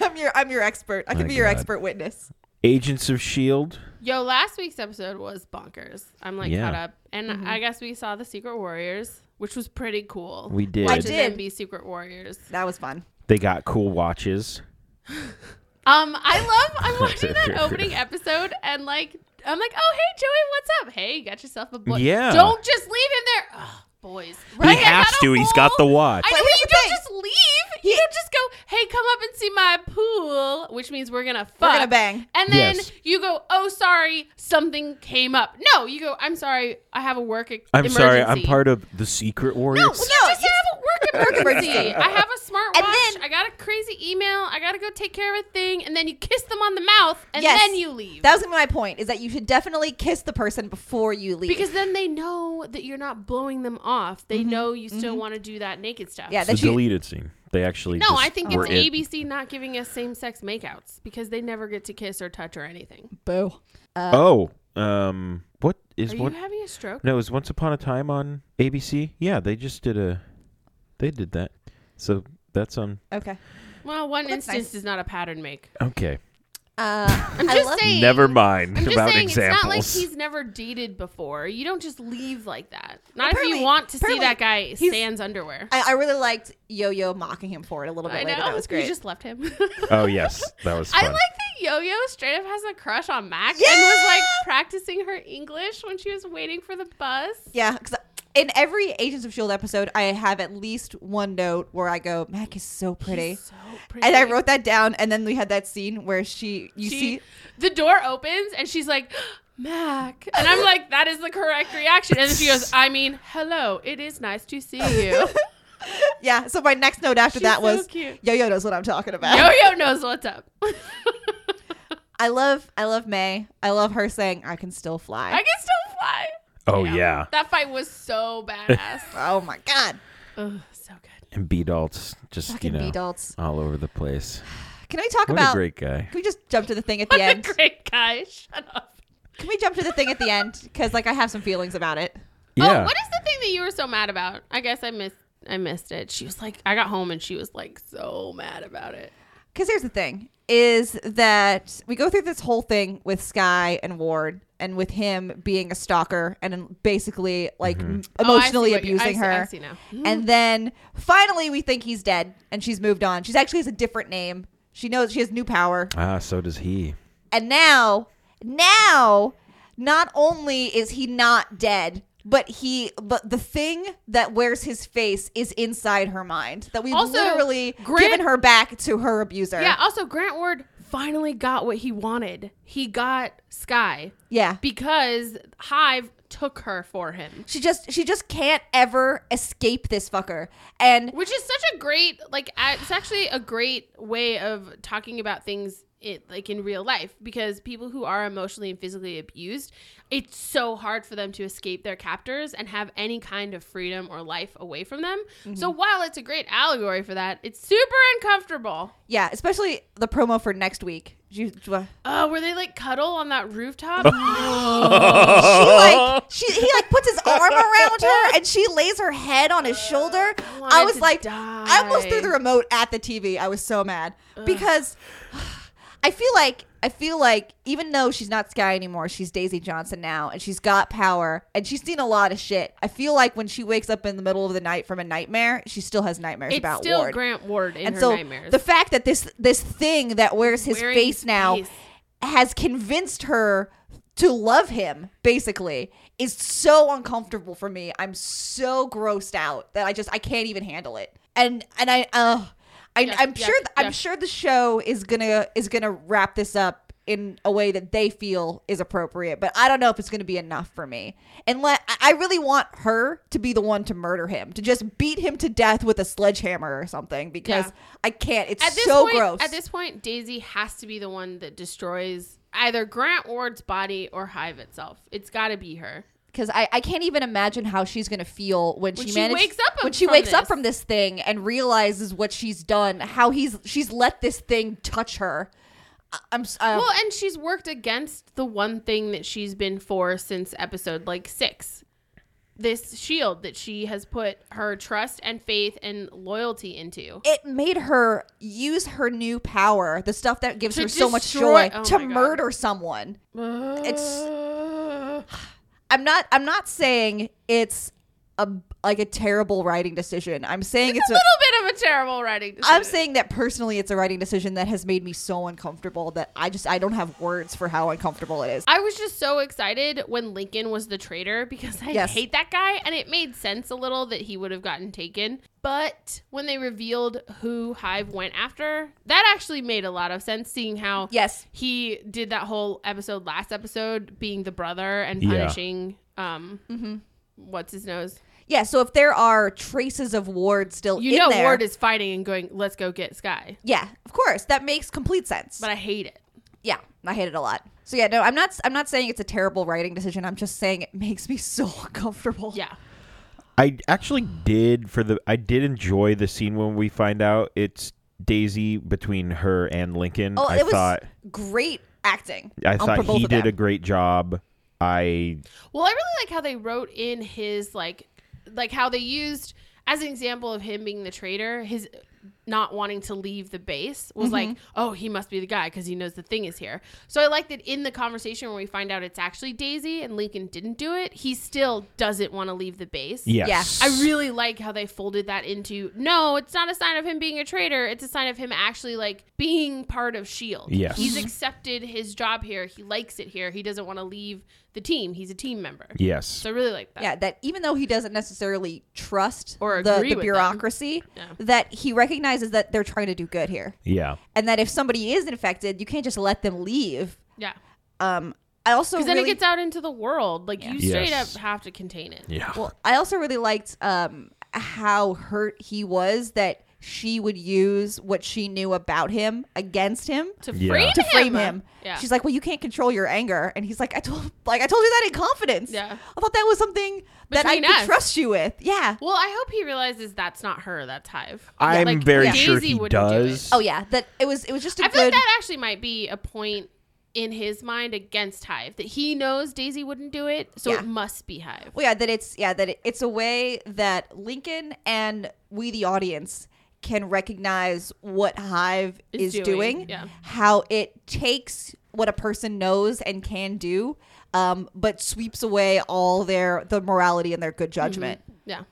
Speaker 2: I'm your I'm your expert. I can
Speaker 1: My
Speaker 2: be your
Speaker 1: God.
Speaker 2: expert witness.
Speaker 1: Agents of Shield.
Speaker 3: Yo, last week's episode was bonkers. I'm like
Speaker 1: Yeah.
Speaker 3: caught up, and I guess we saw the Secret Warriors, which was pretty cool.
Speaker 1: We did.
Speaker 2: I
Speaker 3: Watching
Speaker 2: did.
Speaker 3: them be Secret Warriors.
Speaker 2: That was fun.
Speaker 1: They got cool watches.
Speaker 3: Um, I love. I'm watching that opening episode, and like, I'm like, oh hey Joey, what's up? Hey, you got yourself a boy.
Speaker 1: Yeah.
Speaker 3: Don't just leave him there. Ugh, boys. Right? I
Speaker 1: he has
Speaker 3: got a
Speaker 1: to. He's got the
Speaker 3: bowl.
Speaker 1: watch.
Speaker 3: I know
Speaker 2: But here's
Speaker 3: you
Speaker 2: the
Speaker 3: don't
Speaker 2: thing.
Speaker 3: just leave. You don't just go, hey, come up and see my pool, which means we're gonna fuck.
Speaker 2: gonna bang.
Speaker 3: And then
Speaker 1: Yes.
Speaker 3: you go, oh sorry, something came up. No, you go, I'm sorry, I have a work. e-
Speaker 1: I'm sorry. I'm
Speaker 3: emergency."
Speaker 1: part of the Secret Warriors.
Speaker 2: Oh, No,
Speaker 3: You just have a work emergency.
Speaker 2: emergency.
Speaker 3: I have a smart
Speaker 2: And
Speaker 3: watch.
Speaker 2: then-
Speaker 3: I got a crazy email. I gotta go take care of a thing. And then you kiss them on the mouth, and
Speaker 2: Yes.
Speaker 3: then you leave.
Speaker 2: That was my point. Is that you should definitely kiss the person before you leave.
Speaker 3: because then they know that you're not blowing them off. They know you still want to do that naked stuff.
Speaker 2: Mm-hmm. Yeah,
Speaker 1: It's the
Speaker 2: that you-
Speaker 1: deleted scene. They actually.
Speaker 3: No,
Speaker 1: just
Speaker 3: I think
Speaker 1: were
Speaker 3: it's
Speaker 1: in-
Speaker 3: ABC not giving us same sex makeouts because they never get to kiss or touch or anything.
Speaker 2: boo.
Speaker 1: Oh, um, what is
Speaker 3: Are
Speaker 1: what?
Speaker 3: you having a stroke?
Speaker 1: No, is Once Upon a Time on ABC? Yeah, they just did a. They did that. So that's on.
Speaker 2: Okay.
Speaker 3: Well, one
Speaker 2: That's
Speaker 3: instance
Speaker 2: nice.
Speaker 3: is not a pattern make.
Speaker 1: Okay.
Speaker 2: Uh,
Speaker 3: I'm
Speaker 2: I
Speaker 3: just
Speaker 2: love-
Speaker 3: saying.
Speaker 1: Never mind
Speaker 3: I'm just
Speaker 1: about
Speaker 3: saying it's not
Speaker 1: examples.
Speaker 3: like he's never dated before. You don't just leave like that. Not if
Speaker 2: Apparently-
Speaker 3: you want to see
Speaker 2: apparently
Speaker 3: that guy
Speaker 2: he's-
Speaker 3: sans underwear.
Speaker 2: I, I really liked Yo Yo mocking him for it a little bit later. That was great.
Speaker 3: You just left him.
Speaker 1: oh yes, that was. Fun.
Speaker 3: I like that Yo-Yo straight up has a crush on Mac and was like practicing her English when she was waiting for the bus.
Speaker 2: yeah, because in every Agents of S.H.I.E.L.D. episode, I have at least one note where I go, Mac is so pretty.
Speaker 3: So pretty.
Speaker 2: and I wrote that down, and then we had that scene where she, you
Speaker 3: She-
Speaker 2: see,
Speaker 3: the door opens and she's like, Mac. And I'm like, that is the correct reaction. And then she goes, I mean, hello, it is nice to see you.
Speaker 2: yeah. So my next note after
Speaker 3: She's
Speaker 2: that
Speaker 3: so
Speaker 2: was,
Speaker 3: cute.
Speaker 2: Yo Yo knows what I'm talking about.
Speaker 3: Yo-Yo knows what's up.
Speaker 2: I love, I love May. I love her saying, I can still fly.
Speaker 3: I can still fly.
Speaker 1: Oh yeah,
Speaker 3: That fight was so badass.
Speaker 2: oh my god,
Speaker 3: Ugh, so good.
Speaker 1: and B Dalt's just
Speaker 2: fucking
Speaker 1: you know
Speaker 2: B adults.
Speaker 1: all over the place.
Speaker 2: Can we talk
Speaker 1: What
Speaker 2: about? Oh,
Speaker 1: a great guy.
Speaker 2: can we just jump to the thing at
Speaker 3: What
Speaker 2: the end?
Speaker 3: a great guy. Shut up.
Speaker 2: Can we jump to the thing at the end? Because like I have some feelings about it.
Speaker 1: Yeah.
Speaker 3: Oh, what is the thing that you were so mad about? I guess I missed. I missed it. She was like, I got home and she was like so mad about it.
Speaker 2: Because here's the thing: is that we go through this whole thing with Sky and Ward, and with him being a stalker and basically like m-
Speaker 3: Oh, I see
Speaker 2: emotionally
Speaker 3: what you- I
Speaker 2: abusing
Speaker 3: see-
Speaker 2: her.
Speaker 3: I see now.
Speaker 2: And then finally, we think he's dead, and she's moved on. She's actually has a different name. She knows she has new power,
Speaker 1: ah, so does he.
Speaker 2: and now, now, not only is he not dead. But he, but the thing that wears his face is inside her mind. That we've
Speaker 3: Also,
Speaker 2: literally
Speaker 3: Grant-
Speaker 2: given her back to her abuser.
Speaker 3: Yeah. Also, Grant Ward finally got what he wanted. He got Sky
Speaker 2: yeah.
Speaker 3: because Hive took her for him,
Speaker 2: She just she just can't ever escape this fucker. And
Speaker 3: which is such a great like. a- It's actually a great way of talking about things. It, like in real life because people who are emotionally and physically abused it's so hard for them to escape their captors and have any kind of freedom or life away from them
Speaker 2: Mm-hmm.
Speaker 3: so while it's a great allegory for that it's super uncomfortable
Speaker 2: yeah, especially the promo for next week. uh, She, she like
Speaker 3: oh were they like cuddle on that rooftop
Speaker 1: Uh-huh.
Speaker 2: she he like puts his arm around her and she lays her head on his shoulder.
Speaker 3: wanted
Speaker 2: I, was
Speaker 3: to
Speaker 2: like I almost
Speaker 3: die.
Speaker 2: threw the remote at the TV. I was so mad because I feel like I feel like even though she's not Sky anymore, she's Daisy Johnson now, and she's got power, and she's seen a lot of shit. I feel like when she wakes up in the middle of the night from a nightmare, she still has nightmares
Speaker 3: it's
Speaker 2: about
Speaker 3: still
Speaker 2: Ward.
Speaker 3: Grant Ward in
Speaker 2: and
Speaker 3: her
Speaker 2: so
Speaker 3: nightmares.
Speaker 2: the fact that this this thing that wears his
Speaker 3: Wearing
Speaker 2: face
Speaker 3: his
Speaker 2: now
Speaker 3: face.
Speaker 2: has convinced her to love him basically is so uncomfortable for me i'm so grossed out that i just i can't even handle it and and i uh I,
Speaker 3: Yeah,
Speaker 2: I'm
Speaker 3: yeah,
Speaker 2: sure.
Speaker 3: yeah.
Speaker 2: I'm sure the show is gonna is gonna wrap this up in a way that they feel is appropriate. But I don't know if it's gonna be enough for me. And let I- I really want her to be the one to murder him, to just beat him to death with a sledgehammer or something. Because
Speaker 3: Yeah.
Speaker 2: I can't. It's
Speaker 3: At this
Speaker 2: so
Speaker 3: point,
Speaker 2: gross.
Speaker 3: At this point, Daisy has to be the one that destroys either Grant Ward's body or Hive itself. It's got to be her.
Speaker 2: because I, I can't even imagine how she's gonna feel when,
Speaker 3: When
Speaker 2: she,
Speaker 3: she
Speaker 2: managed-
Speaker 3: wakes up
Speaker 2: when she
Speaker 3: from
Speaker 2: wakes up
Speaker 3: this.
Speaker 2: from this thing and realizes what she's done, how he's she's let this thing touch her. I- I'm s- uh,
Speaker 3: Well, and she's worked against the one thing that she's been for since episode like 6. This shield that she has put her trust and faith and loyalty into.
Speaker 2: it made her use her new power, the stuff that gives
Speaker 3: To
Speaker 2: her so much
Speaker 3: destroy-
Speaker 2: joy,
Speaker 3: oh
Speaker 2: to
Speaker 3: my God.
Speaker 2: murder someone. It's- I'm not I'm not saying it's a like a terrible writing decision. I'm saying it's,
Speaker 3: a
Speaker 2: a
Speaker 3: little bit of a terrible writing. Decision.
Speaker 2: I'm saying that personally, it's a writing decision that has made me so uncomfortable that I just I don't have words for how uncomfortable it is.
Speaker 3: I was just so excited when Lincoln was the traitor because I
Speaker 2: Yes.
Speaker 3: hate that guy, and it made sense a little that he would have gotten taken. But when they revealed who Hive went after, that actually made a lot of sense, seeing how
Speaker 2: Yes.
Speaker 3: he did that whole episode last episode being the brother and
Speaker 1: Yeah.
Speaker 3: punishing um
Speaker 2: Mm-hmm.
Speaker 3: what's his nose.
Speaker 2: Yeah, so if there are traces of Ward still
Speaker 3: You
Speaker 2: in
Speaker 3: know
Speaker 2: there,
Speaker 3: Ward is fighting and going, let's go get Sky.
Speaker 2: yeah, of course, that makes complete sense.
Speaker 3: But I hate it.
Speaker 2: yeah, I hate it a lot. So yeah, no, I'm not. I'm not saying it's a terrible writing decision. I'm just saying it makes me so uncomfortable.
Speaker 3: Yeah.
Speaker 1: I actually did for the I did enjoy the scene when we find out it's Daisy between her and Lincoln.
Speaker 2: Oh,
Speaker 1: I
Speaker 2: it was
Speaker 1: thought
Speaker 2: great acting.
Speaker 1: I
Speaker 2: on
Speaker 1: thought
Speaker 2: both
Speaker 1: he
Speaker 2: of
Speaker 1: did a
Speaker 2: them.
Speaker 1: great job. I
Speaker 3: Well, I really like how they wrote in his like like how they used as an example of him being the traitor, his not wanting to leave the base was like, oh, he must be the guy because he knows the thing is here. So I like that in the conversation where we find out it's actually Daisy and Lincoln didn't do it, he still doesn't want to leave the base.
Speaker 1: yes.
Speaker 3: I really like how they folded that into no, it's not a sign of him being a traitor. It's a sign of him actually like being part of Shield.
Speaker 1: Yes.
Speaker 3: E he's accepted his job here. He likes it here. He doesn't want to leave the team. He's a team member.
Speaker 1: Yes.
Speaker 3: So I really like that.
Speaker 2: Yeah, that even though he doesn't necessarily trust
Speaker 3: Or
Speaker 2: the,
Speaker 3: agree
Speaker 2: the
Speaker 3: with them.
Speaker 2: bureaucracy,
Speaker 3: Yeah.
Speaker 2: that he recognizes that they're trying to do good here,
Speaker 1: yeah.
Speaker 2: and that if somebody is infected, you can't just let them leave.
Speaker 3: yeah.
Speaker 2: Um, I also
Speaker 3: Because
Speaker 2: really,
Speaker 3: then it gets out into the world. Like you straight
Speaker 1: Yes.
Speaker 3: up have to contain it.
Speaker 1: Yeah.
Speaker 2: Well, I also really liked um, how hurt he was that she would use what she knew about him against him
Speaker 3: To
Speaker 1: Yeah.
Speaker 3: frame
Speaker 2: to
Speaker 3: him.
Speaker 2: frame him.
Speaker 3: Yeah.
Speaker 2: She's like, "Well, you can't control your anger," and he's like, "I told, like, I told you that in confidence.
Speaker 3: Yeah.
Speaker 2: I thought that was something that I
Speaker 3: Between
Speaker 2: could
Speaker 3: us.
Speaker 2: trust you with. Yeah.
Speaker 3: well, I hope he realizes that's not her. That's Hive.
Speaker 1: I'm
Speaker 3: Like,
Speaker 1: very
Speaker 3: yeah.
Speaker 1: sure
Speaker 3: Daisy
Speaker 1: he
Speaker 3: wouldn't do it.
Speaker 1: does.
Speaker 2: Oh yeah. That it was. It was just a
Speaker 3: I feel like
Speaker 2: good.
Speaker 3: that actually might be a point in his mind against Hive that he knows Daisy wouldn't do it, so
Speaker 2: Yeah.
Speaker 3: it must be Hive.
Speaker 2: well, yeah. That it's yeah. That it, it's a way that Lincoln and we, the audience, can recognize what Hive is,
Speaker 3: Is
Speaker 2: doing.
Speaker 3: doing, yeah.
Speaker 2: How it takes what a person knows and can do, um, but sweeps away all their the morality and their good
Speaker 3: Mm-hmm.
Speaker 2: judgment.
Speaker 3: Yeah.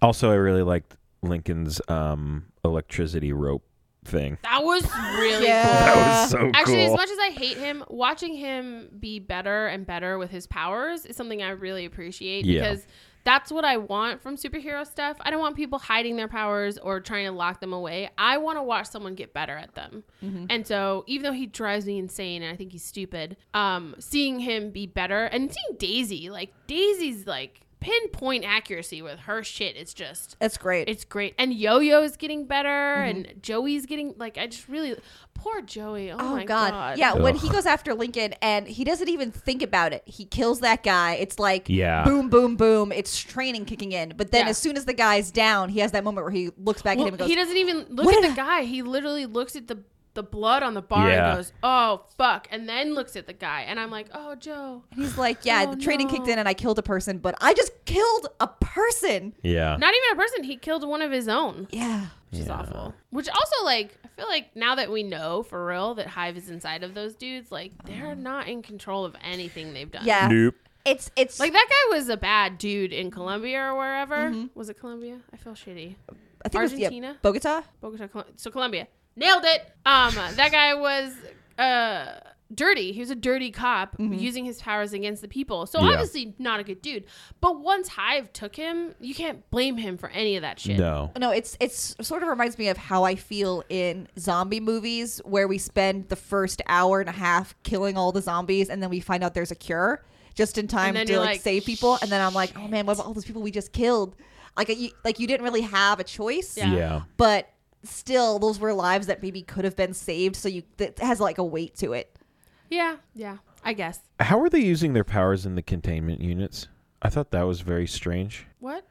Speaker 1: Also, I really liked Lincoln's um, electricity rope thing.
Speaker 3: That was really
Speaker 2: Yeah.
Speaker 3: cool.
Speaker 1: That
Speaker 2: Uh,
Speaker 1: was so
Speaker 3: Actually,
Speaker 1: Oh, cool.
Speaker 3: as much as I hate him, watching him be better and better with his powers is something I really appreciate
Speaker 1: Yeah.
Speaker 3: because that's what I want from superhero stuff. I don't want people hiding their powers or trying to lock them away. I want to watch someone get better at them. And so, even though he drives me insane and I think he's stupid, um, seeing him be better and seeing Daisy, like Daisy's like pinpoint accuracy with her shit, it's just
Speaker 2: That's great.
Speaker 3: it's great. And Yo Yo's getting better, and Joey's getting like I just really poor Joey. Oh,
Speaker 2: Oh
Speaker 3: my
Speaker 2: God!
Speaker 3: god.
Speaker 2: Yeah, when
Speaker 1: Ugh.
Speaker 2: he goes after Lincoln and he doesn't even think about it, he kills that guy. It's like
Speaker 1: Yeah.
Speaker 2: boom, boom, boom. It's training kicking in. But then
Speaker 3: Yeah.
Speaker 2: as soon as the guy's down, he has that moment where he looks back
Speaker 3: Well,
Speaker 2: at him and goes,
Speaker 3: he doesn't even look
Speaker 2: "What
Speaker 3: at
Speaker 2: did
Speaker 3: the guy. He literally looks at the the blood on the bar
Speaker 1: Yeah.
Speaker 3: and goes, "Oh fuck," and then looks at the guy, and I'm like, "Oh Joe."
Speaker 2: and he's like, "Yeah,
Speaker 3: Oh,
Speaker 2: the training kicked
Speaker 3: no.
Speaker 2: in and I killed a person, but I just killed a person."
Speaker 1: yeah.
Speaker 3: Not even a person. He killed one of his own,
Speaker 2: Yeah,
Speaker 3: which is
Speaker 1: Yeah.
Speaker 3: awful. Which also, like, I feel like now that we know for real that Hive is inside of those dudes, like, they're not in control of anything they've done.
Speaker 2: yeah.
Speaker 1: Nope.
Speaker 2: It's it's
Speaker 3: Uh, Like, that guy was a bad dude in Colombia or wherever. Was it Colombia? I feel shitty.
Speaker 2: I think it was, yeah,
Speaker 3: Argentina?
Speaker 2: Bogota.
Speaker 3: Bogota, Col- so Colombia. Nailed it. Um, that guy was uh dirty. He was a dirty cop using his powers against the people. So
Speaker 1: Yeah.
Speaker 3: obviously not a good dude. But once Hive took him, you can't blame him for any of that shit.
Speaker 1: No.
Speaker 2: No, it's it's sort of reminds me of how I feel in zombie movies where we spend the first hour and a half killing all the zombies and then we find out there's a cure just in time
Speaker 3: then
Speaker 2: to
Speaker 3: you're
Speaker 2: like,
Speaker 3: like,
Speaker 2: save people and then I'm like, "Oh man, what about all those people we just killed?" Like you, like you didn't really have a choice.
Speaker 3: Yeah.
Speaker 1: Yeah.
Speaker 2: But still those were lives that maybe could have been saved, so you it has like a weight to it.
Speaker 3: Yeah, yeah, I guess.
Speaker 1: How are they using their powers in the containment units? I thought that was very strange.
Speaker 3: What?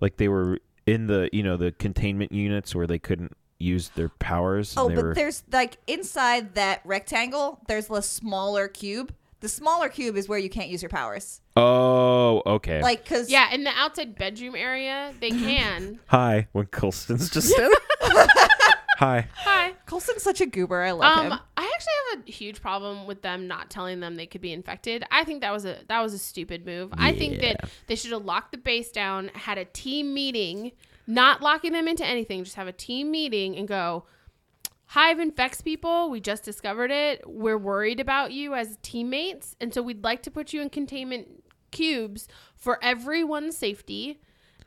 Speaker 1: Like they were in the, you know, the containment units where they couldn't use their powers. and
Speaker 2: Oh,
Speaker 1: they
Speaker 2: but
Speaker 1: were,
Speaker 2: there's like inside that rectangle, there's a smaller cube. The smaller cube is where you can't use your powers.
Speaker 1: Oh, okay.
Speaker 2: Like cuz
Speaker 3: Yeah, in the outside bedroom area, they can.
Speaker 1: Hi, when Colston's just Hi.
Speaker 3: Hi.
Speaker 2: Colson's such a goober. I love
Speaker 3: Um,
Speaker 2: him.
Speaker 3: I actually have a huge problem with them not telling them they could be infected. I think that was a that was a stupid move. I think that they should have locked the base down, had a team meeting, not locking them into anything, just have a team meeting and go, Hive infects people. We just discovered it. We're worried about you as teammates, and so we'd like to put you in containment cubes for everyone's safety.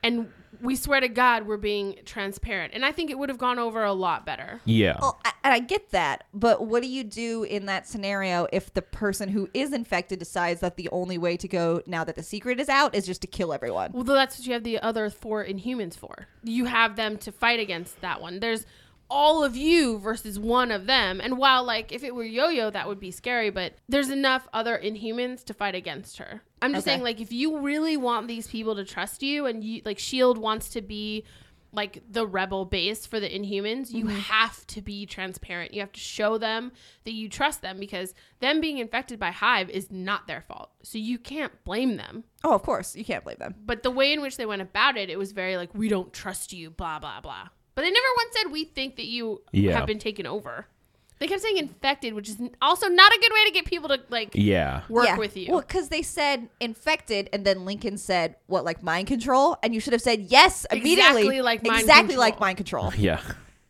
Speaker 3: And we swear to God, we're being transparent. And I think it would have gone over a lot better.
Speaker 1: Yeah.
Speaker 2: Well, I, and I get that, but what do you do in that scenario if the person who is infected decides that the only way to go now that the secret is out is just to kill everyone?
Speaker 3: Well, that's what you have the other four Inhumans for. You have them to fight against that one. There's all of you versus one of them. And while, like, if it were Yo Yo, that would be scary, but there's enough other Inhumans to fight against her. I'm just
Speaker 2: Okay.
Speaker 3: saying, like, if you really want these people to trust you and you, like, S.H.I.E.L.D. E wants to be. Like the rebel base for the Inhumans, you have to be transparent. You have to show them that you trust them because them being infected by Hive is not their fault. So you can't blame them
Speaker 2: Oh, of course, you can't blame them.
Speaker 3: but the way in which they went about it, it was very like, we don't trust you, blah, blah, blah. But they never once said, we think that you
Speaker 1: Yeah.
Speaker 3: have been taken over. They kept saying infected, which is n- also not a good way to get people to like
Speaker 1: yeah.
Speaker 3: work
Speaker 2: Yeah.
Speaker 3: with you.
Speaker 2: Well, because they said infected, and then Lincoln said what, like mind control, and you should have said yes immediately,
Speaker 3: Exactly like mind
Speaker 2: exactly
Speaker 3: control.
Speaker 2: like mind control.
Speaker 1: Yeah.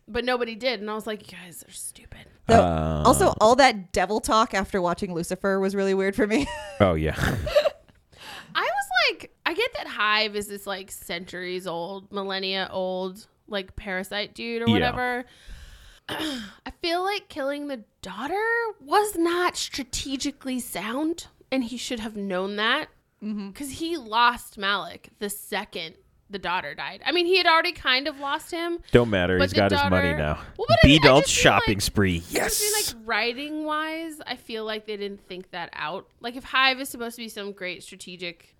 Speaker 3: But nobody did. And I was like, you guys are stupid.
Speaker 2: Though-
Speaker 1: Uh,
Speaker 2: also, all that devil talk after watching Lucifer was really weird for me.
Speaker 1: Oh, yeah.
Speaker 3: I was like, I get that Hive is this like centuries old, millennia old, like parasite dude or
Speaker 1: Yeah.
Speaker 3: whatever. I feel like killing the daughter was not strategically sound, and he should have known that because he lost Malik the second the daughter died. I mean, he had already kind of lost him.
Speaker 1: Don't matter.
Speaker 3: But
Speaker 1: He's
Speaker 3: the
Speaker 1: got his money
Speaker 3: daughter-
Speaker 1: now.
Speaker 3: Well, but I
Speaker 1: B
Speaker 3: mean, I
Speaker 1: adult
Speaker 3: just mean,
Speaker 1: shopping
Speaker 3: like-
Speaker 1: spree.
Speaker 3: I just mean,
Speaker 1: Yes.
Speaker 3: like writing wise, I feel like they didn't think that out. Like if Hive is supposed to be some great strategic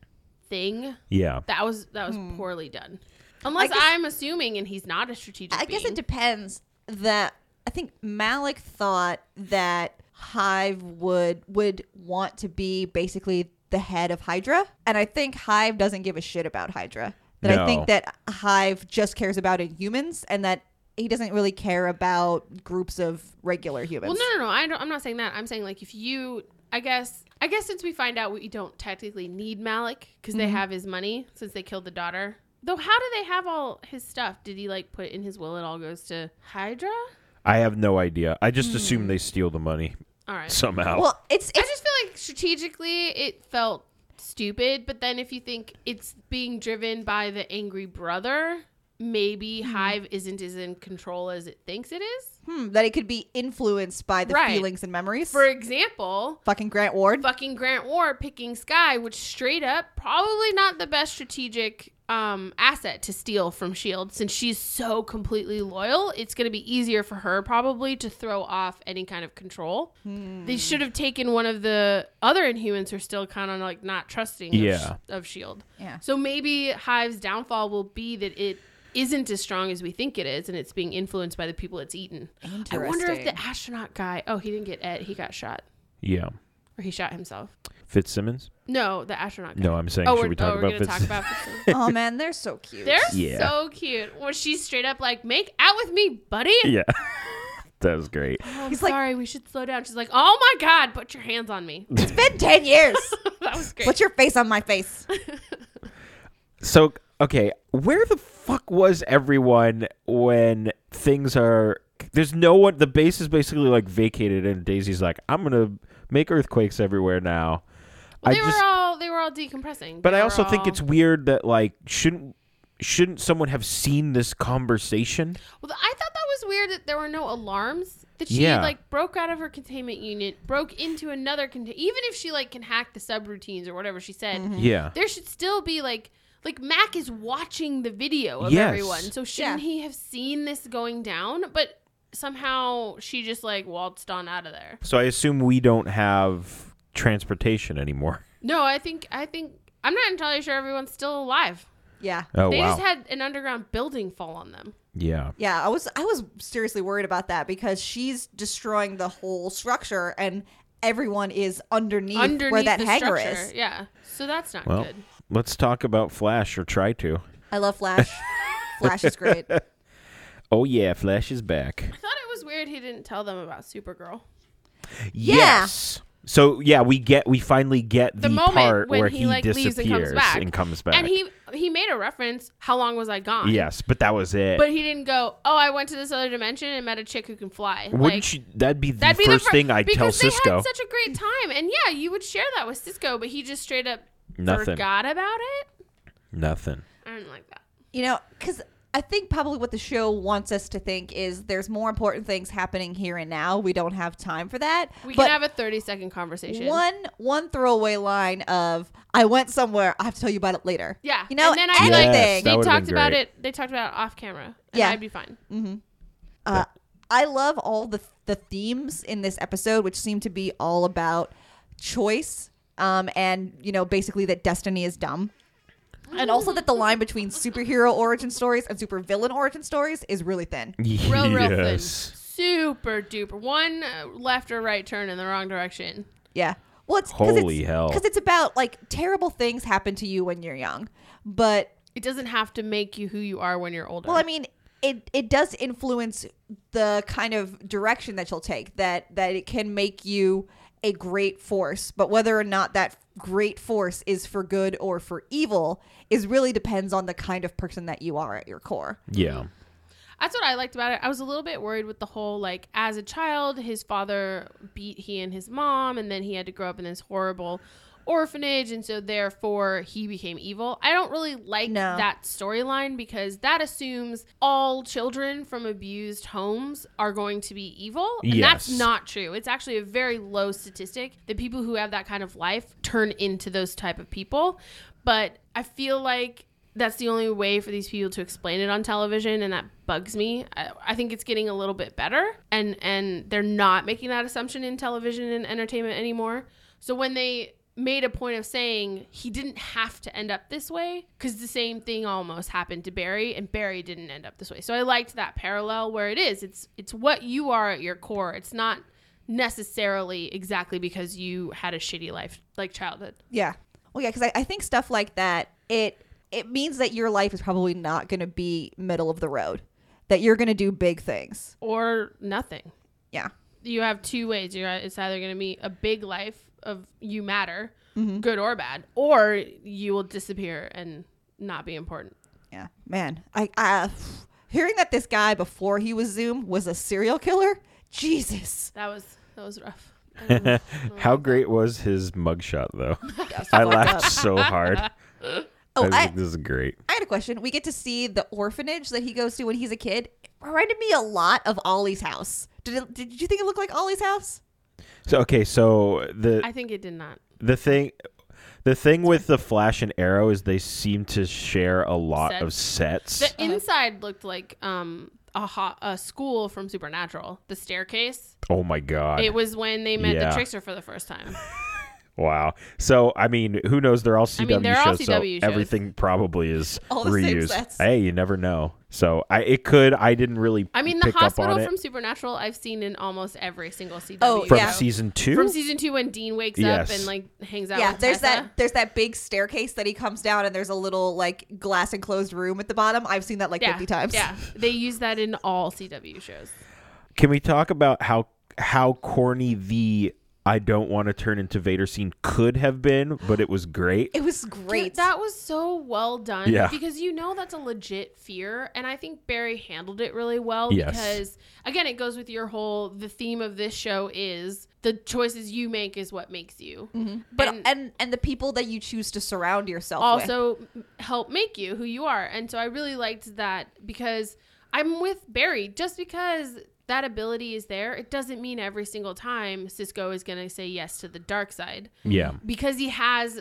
Speaker 3: thing,
Speaker 1: yeah.
Speaker 3: that was that was poorly done. Unless
Speaker 2: Hmm. guess-
Speaker 3: I'm assuming, and he's not a strategic.
Speaker 2: I guess
Speaker 3: being.
Speaker 2: it depends. That I think Malik thought that Hive would would want to be basically the head of Hydra, and I think Hive doesn't give a shit about Hydra. That I
Speaker 1: No.
Speaker 2: think that Hive just cares about humans, and that he doesn't really care about groups of regular humans.
Speaker 3: Well, no, no, no. I don't, I'm not saying that. I'm saying like if you, I guess, I guess since we find out we don't technically need Malik because
Speaker 2: Mm-hmm.
Speaker 3: they have his money since they killed the daughter. Though, how do they have all his stuff? Did he like put in his will it all goes to Hydra?
Speaker 1: I have no idea. I
Speaker 3: Hmm.
Speaker 1: just assume they steal the money
Speaker 3: All right.
Speaker 1: somehow.
Speaker 2: Well, it's
Speaker 3: I
Speaker 2: it's
Speaker 3: just feel like strategically it felt stupid, but then if you think it's being driven by the angry brother, maybe
Speaker 2: Mm-hmm.
Speaker 3: Hive isn't as in control as it thinks it is.
Speaker 2: hmm, that it could be influenced by the
Speaker 3: Right.
Speaker 2: feelings and memories.
Speaker 3: For example,
Speaker 2: Fucking Grant Ward.
Speaker 3: fucking Grant Ward picking Sky, which straight up probably not the best strategic um, asset to steal from Shield E since she's so completely loyal. It's going to be easier for her probably to throw off any kind of control.
Speaker 2: Hmm.
Speaker 3: They should have taken one of the other Inhumans who are still kind of like not trusting of
Speaker 1: Yeah.
Speaker 3: Sh- E of Shield.
Speaker 2: Yeah.
Speaker 3: So maybe Hive's downfall will be that it isn't as strong as we think it is and it's being influenced by the people it's eaten. I wonder if the
Speaker 2: Interesting.
Speaker 3: astronaut guy, oh, he didn't get Ed, he got shot
Speaker 1: yeah.
Speaker 3: or he shot himself.
Speaker 1: Fitzsimmons?
Speaker 3: No, the astronaut. Guy.
Speaker 1: No, I'm saying
Speaker 3: oh,
Speaker 1: should
Speaker 3: we're,
Speaker 1: we talk
Speaker 3: oh, we're
Speaker 1: about
Speaker 3: gonna talk
Speaker 1: Fitzsimmons?
Speaker 3: about.
Speaker 2: oh man, they're so cute.
Speaker 3: They're
Speaker 1: Yeah.
Speaker 3: so cute. Well, she's straight up like, "Make out with me, buddy."
Speaker 1: yeah. that was great.
Speaker 3: Oh, I'm
Speaker 2: He's like-
Speaker 3: sorry, we should slow down. She's like, "Oh my god, put your hands on me."
Speaker 2: it's been ten years.
Speaker 3: that was great.
Speaker 2: Put your face on my face.
Speaker 1: So, okay, where the fuck was everyone when things are. There's no one. The base is basically like vacated, and Daisy's like, I'm going to Make earthquakes everywhere now.
Speaker 3: Well,
Speaker 1: I
Speaker 3: they
Speaker 1: just,
Speaker 3: were all they were all decompressing.
Speaker 1: but
Speaker 3: They
Speaker 1: I
Speaker 3: were
Speaker 1: also think
Speaker 3: all-
Speaker 1: it's weird that like shouldn't shouldn't someone have seen this conversation?
Speaker 3: Well, I thought that was weird that there were no alarms. That she
Speaker 1: Yeah.
Speaker 3: like broke out of her containment unit, broke into another contain. Even if she like can hack the subroutines or whatever she said,
Speaker 1: Yeah.
Speaker 3: there should still be like like Mac is watching the video of
Speaker 1: Yes.
Speaker 3: everyone. So shouldn't
Speaker 2: Yeah.
Speaker 3: he have seen this going down? But somehow she just like waltzed on out of there.
Speaker 1: So I assume we don't have transportation anymore.
Speaker 3: No, I think I think I'm not entirely sure everyone's still alive.
Speaker 2: Yeah.
Speaker 1: Oh
Speaker 3: they
Speaker 1: wow.
Speaker 3: just had an underground building fall on them.
Speaker 1: yeah.
Speaker 2: Yeah, I was I was seriously worried about that because she's destroying the whole structure and everyone is underneath,
Speaker 3: Underneath
Speaker 2: where that
Speaker 3: the
Speaker 2: hangar
Speaker 3: structure.
Speaker 2: is.
Speaker 3: Yeah. So that's not
Speaker 1: Well,
Speaker 3: good.
Speaker 1: let's talk about Flash or try to.
Speaker 2: I love Flash. Flash is great.
Speaker 1: Oh yeah, Flash is back.
Speaker 3: I thought it was weird he didn't tell them about Supergirl.
Speaker 1: Yes. So yeah, we get we finally get the,
Speaker 3: The moment
Speaker 1: part
Speaker 3: when
Speaker 1: where
Speaker 3: he,
Speaker 1: he,
Speaker 3: like, leaves and
Speaker 1: disappears
Speaker 3: comes back.
Speaker 1: and comes back.
Speaker 3: And he he made a reference, how long was I gone?
Speaker 1: yes, but that was it.
Speaker 3: But he didn't go, "Oh, I went to this other dimension and met a chick who can fly."
Speaker 1: Wouldn't
Speaker 3: like,
Speaker 1: you? That'd be the
Speaker 3: that'd be
Speaker 1: first
Speaker 3: the fir-
Speaker 1: thing I'd tell
Speaker 3: because They
Speaker 1: Cisco.
Speaker 3: had such a great time, and yeah, you would share that with Cisco, but he just straight up
Speaker 1: Nothing.
Speaker 3: forgot about it.
Speaker 1: Nothing.
Speaker 3: I don't like that.
Speaker 2: you know, because I think probably what the show wants us to think is there's more important things happening here and now. We don't have time for that.
Speaker 3: We
Speaker 2: But
Speaker 3: can have a thirty-second conversation.
Speaker 2: one one throwaway line of "I went somewhere. I have to tell you about it later."
Speaker 3: Yeah,
Speaker 2: you know,
Speaker 3: and then I, like,
Speaker 2: anything.
Speaker 1: That
Speaker 3: They
Speaker 1: would've
Speaker 3: talked
Speaker 1: been
Speaker 3: about
Speaker 1: great.
Speaker 3: it. They talked about it off camera. And
Speaker 2: Yeah.
Speaker 3: I'd be fine.
Speaker 2: Uh, I love all the the themes in this episode, which seem to be all about choice, um, and you know, basically that destiny is dumb, and also that the line between superhero origin stories and supervillain origin stories is really thin.
Speaker 3: Real, real thin. Super duper. One uh, left or right turn in the wrong direction.
Speaker 2: Yeah. Well, it's
Speaker 1: Holy hell.
Speaker 2: because it's about like terrible things happen to you when you're young, but
Speaker 3: It doesn't have to make you who you are when you're older.
Speaker 2: Well, I mean, it it does influence the kind of direction that you'll take. That that it can make you a great force, but whether or not that great force is for good or for evil is really depends on the kind of person that you are at your core.
Speaker 1: Yeah.
Speaker 3: That's what I liked about it. I was a little bit worried with the whole like as a child, his father beat he and his mom, and then he had to grow up in this horrible orphanage, and so therefore he became evil. I don't really like
Speaker 2: No.
Speaker 3: that storyline because that assumes all children from abused homes are going to be evil, and
Speaker 1: Yes.
Speaker 3: that's not true. It's actually a very low statistic. The people who have that kind of life turn into those type of people, but I feel like that's the only way for these people to explain it on television and that bugs me I, I think it's getting a little bit better and and they're not making that assumption in television and entertainment anymore so when they made a point of saying he didn't have to end up this way because the same thing almost happened to barry and barry didn't end up this way so i liked that parallel where it is it's it's what you are at your core it's not necessarily exactly because you had a shitty life like childhood
Speaker 2: Yeah. Well, yeah, because I, I think stuff like that it it means that your life is probably not going to be middle of the road. That you're going to do big things.
Speaker 3: or nothing
Speaker 2: Yeah.
Speaker 3: you have two ways. You're it's either going to be a big life of you matter, good or bad, or you will disappear and not be important.
Speaker 2: Yeah, man. I, I hearing that this guy before he was Zoom was a serial killer. Jesus,
Speaker 3: That was that was rough.
Speaker 1: How great was his mugshot though?
Speaker 2: That's
Speaker 1: I
Speaker 2: fucked
Speaker 1: laughed
Speaker 2: up.
Speaker 1: so hard. I
Speaker 2: Oh,
Speaker 1: was
Speaker 2: I,
Speaker 1: like, this is great.
Speaker 2: I had a question. We get to see the orphanage that he goes to when he's a kid. It reminded me a lot of Ollie's house. Did it, did you think it looked like Ollie's house?
Speaker 1: So okay, so the
Speaker 3: I think it did not.
Speaker 1: the thing the thing with the Flash and Arrow is they seem to share a lot
Speaker 3: Sets.
Speaker 1: of sets.
Speaker 3: The inside looked like um a ho a school from Supernatural. The staircase.
Speaker 1: oh my god.
Speaker 3: It was when they met
Speaker 1: Yeah.
Speaker 3: the trickster for the first time.
Speaker 1: Wow. So I mean, who knows? They're all CW
Speaker 3: I mean, they're
Speaker 1: shows,
Speaker 3: all
Speaker 1: so
Speaker 3: CW shows.
Speaker 1: everything probably is
Speaker 2: All the same
Speaker 1: reused.
Speaker 2: sets.
Speaker 1: Hey, you never know. So I, it could. I didn't really.
Speaker 3: I mean, the
Speaker 1: pick up
Speaker 3: hospital
Speaker 1: on it
Speaker 3: from Supernatural I've seen in almost every single CW.
Speaker 2: Oh,
Speaker 1: from
Speaker 2: yeah.
Speaker 1: season two.
Speaker 3: From season two when Dean wakes
Speaker 1: Yes.
Speaker 3: up and like hangs out.
Speaker 2: yeah,
Speaker 3: with
Speaker 2: there's
Speaker 3: Tessa.
Speaker 2: that there's that big staircase that he comes down and there's a little like glass enclosed room at the bottom. I've seen that like 50 times.
Speaker 3: Yeah, they use that in all CW shows.
Speaker 1: Can we talk about how how corny the I don't want to turn into Vader scene could have been, but it was great.
Speaker 2: It was great.
Speaker 3: Dude, that was so well done.
Speaker 1: Yeah.
Speaker 3: Because you know that's a legit fear. And I think Barry handled it really well
Speaker 1: Yes.
Speaker 3: because again, it goes with your whole the theme of this show is the choices you make is what makes you.
Speaker 1: Mm-hmm.
Speaker 2: but
Speaker 3: and-
Speaker 2: and, and the people that you choose to surround yourself with.
Speaker 3: also m- help make you who you are. And so I really liked that because I'm with Barry. Just because that ability is there, it doesn't mean every single time Cisco is going to say yes to the dark side
Speaker 1: Yeah.
Speaker 3: because he has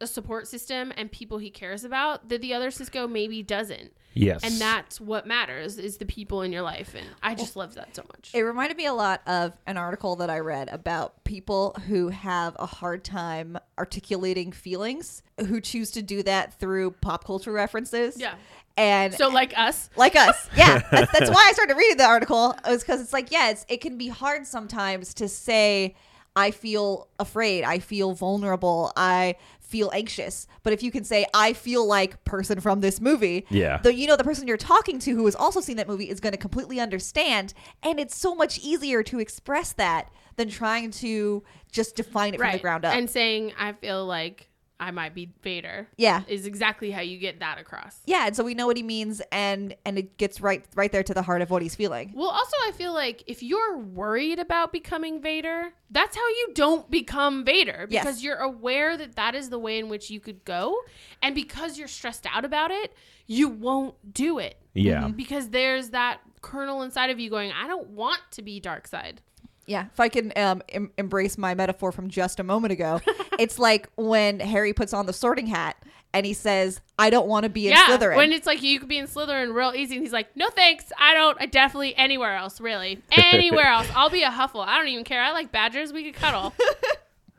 Speaker 3: a support system and people he cares about that the other Cisco maybe doesn't.
Speaker 1: Yes.
Speaker 3: And that's what matters is the people in your life. And I just love that so much.
Speaker 2: It reminded me a lot of an article that I read about people who have a hard time articulating feelings, who choose to do that through pop culture references.
Speaker 3: Yeah.
Speaker 2: And
Speaker 3: so like us,
Speaker 2: like us. Yeah. That's, that's why I started reading the article. It was because it's like, yeah, it's, it can be hard sometimes to say, I feel afraid. I feel vulnerable. I feel anxious. But if you can say, I feel like person from this movie,
Speaker 1: Yeah.
Speaker 2: the, you know, the person you're talking to who has also seen that movie is going to completely understand. And it's so much easier to express that than trying to just define it from the ground up.
Speaker 3: And saying I feel like I might be Vader.
Speaker 2: Yeah.
Speaker 3: Is exactly how you get that across.
Speaker 2: yeah, and so we know what he means, and and it gets right right there to the heart of what he's feeling.
Speaker 3: Well, also, I feel like if you're worried about becoming Vader, that's how you don't become Vader
Speaker 2: Yes.
Speaker 3: because you're aware that that is the way in which you could go. And because you're stressed out about it, you won't do it.
Speaker 2: Mm-hmm.
Speaker 1: yeah.
Speaker 3: Because there's that kernel inside of you going, I don't want to be dark side.
Speaker 2: Yeah, if I can um, em- embrace my metaphor from just a moment ago, it's like when Harry puts on the sorting hat and he says, "I don't want to be in Slytherin."
Speaker 3: When it's like you could be in Slytherin real easy, and he's like, "No thanks, I don't. I definitely anywhere else, really, anywhere else. I'll be a Huffle. I don't even care. I like badgers. We could cuddle,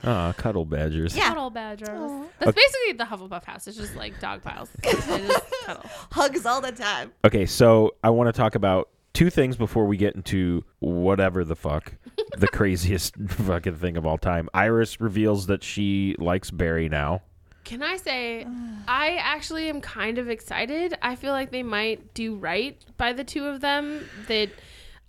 Speaker 1: Ah, cuddle badgers.
Speaker 2: Yeah.
Speaker 3: cuddle badgers. That's basically the Hufflepuff house. It's just like dog piles. They just cuddle.
Speaker 2: Hugs all the time.
Speaker 1: Okay, so I want to talk about two things before we get into whatever the fuck the craziest fucking thing of all time. Iris reveals that she likes Barry now.
Speaker 3: Can I say, I actually am kind of excited. I feel like they might do right by the two of them. That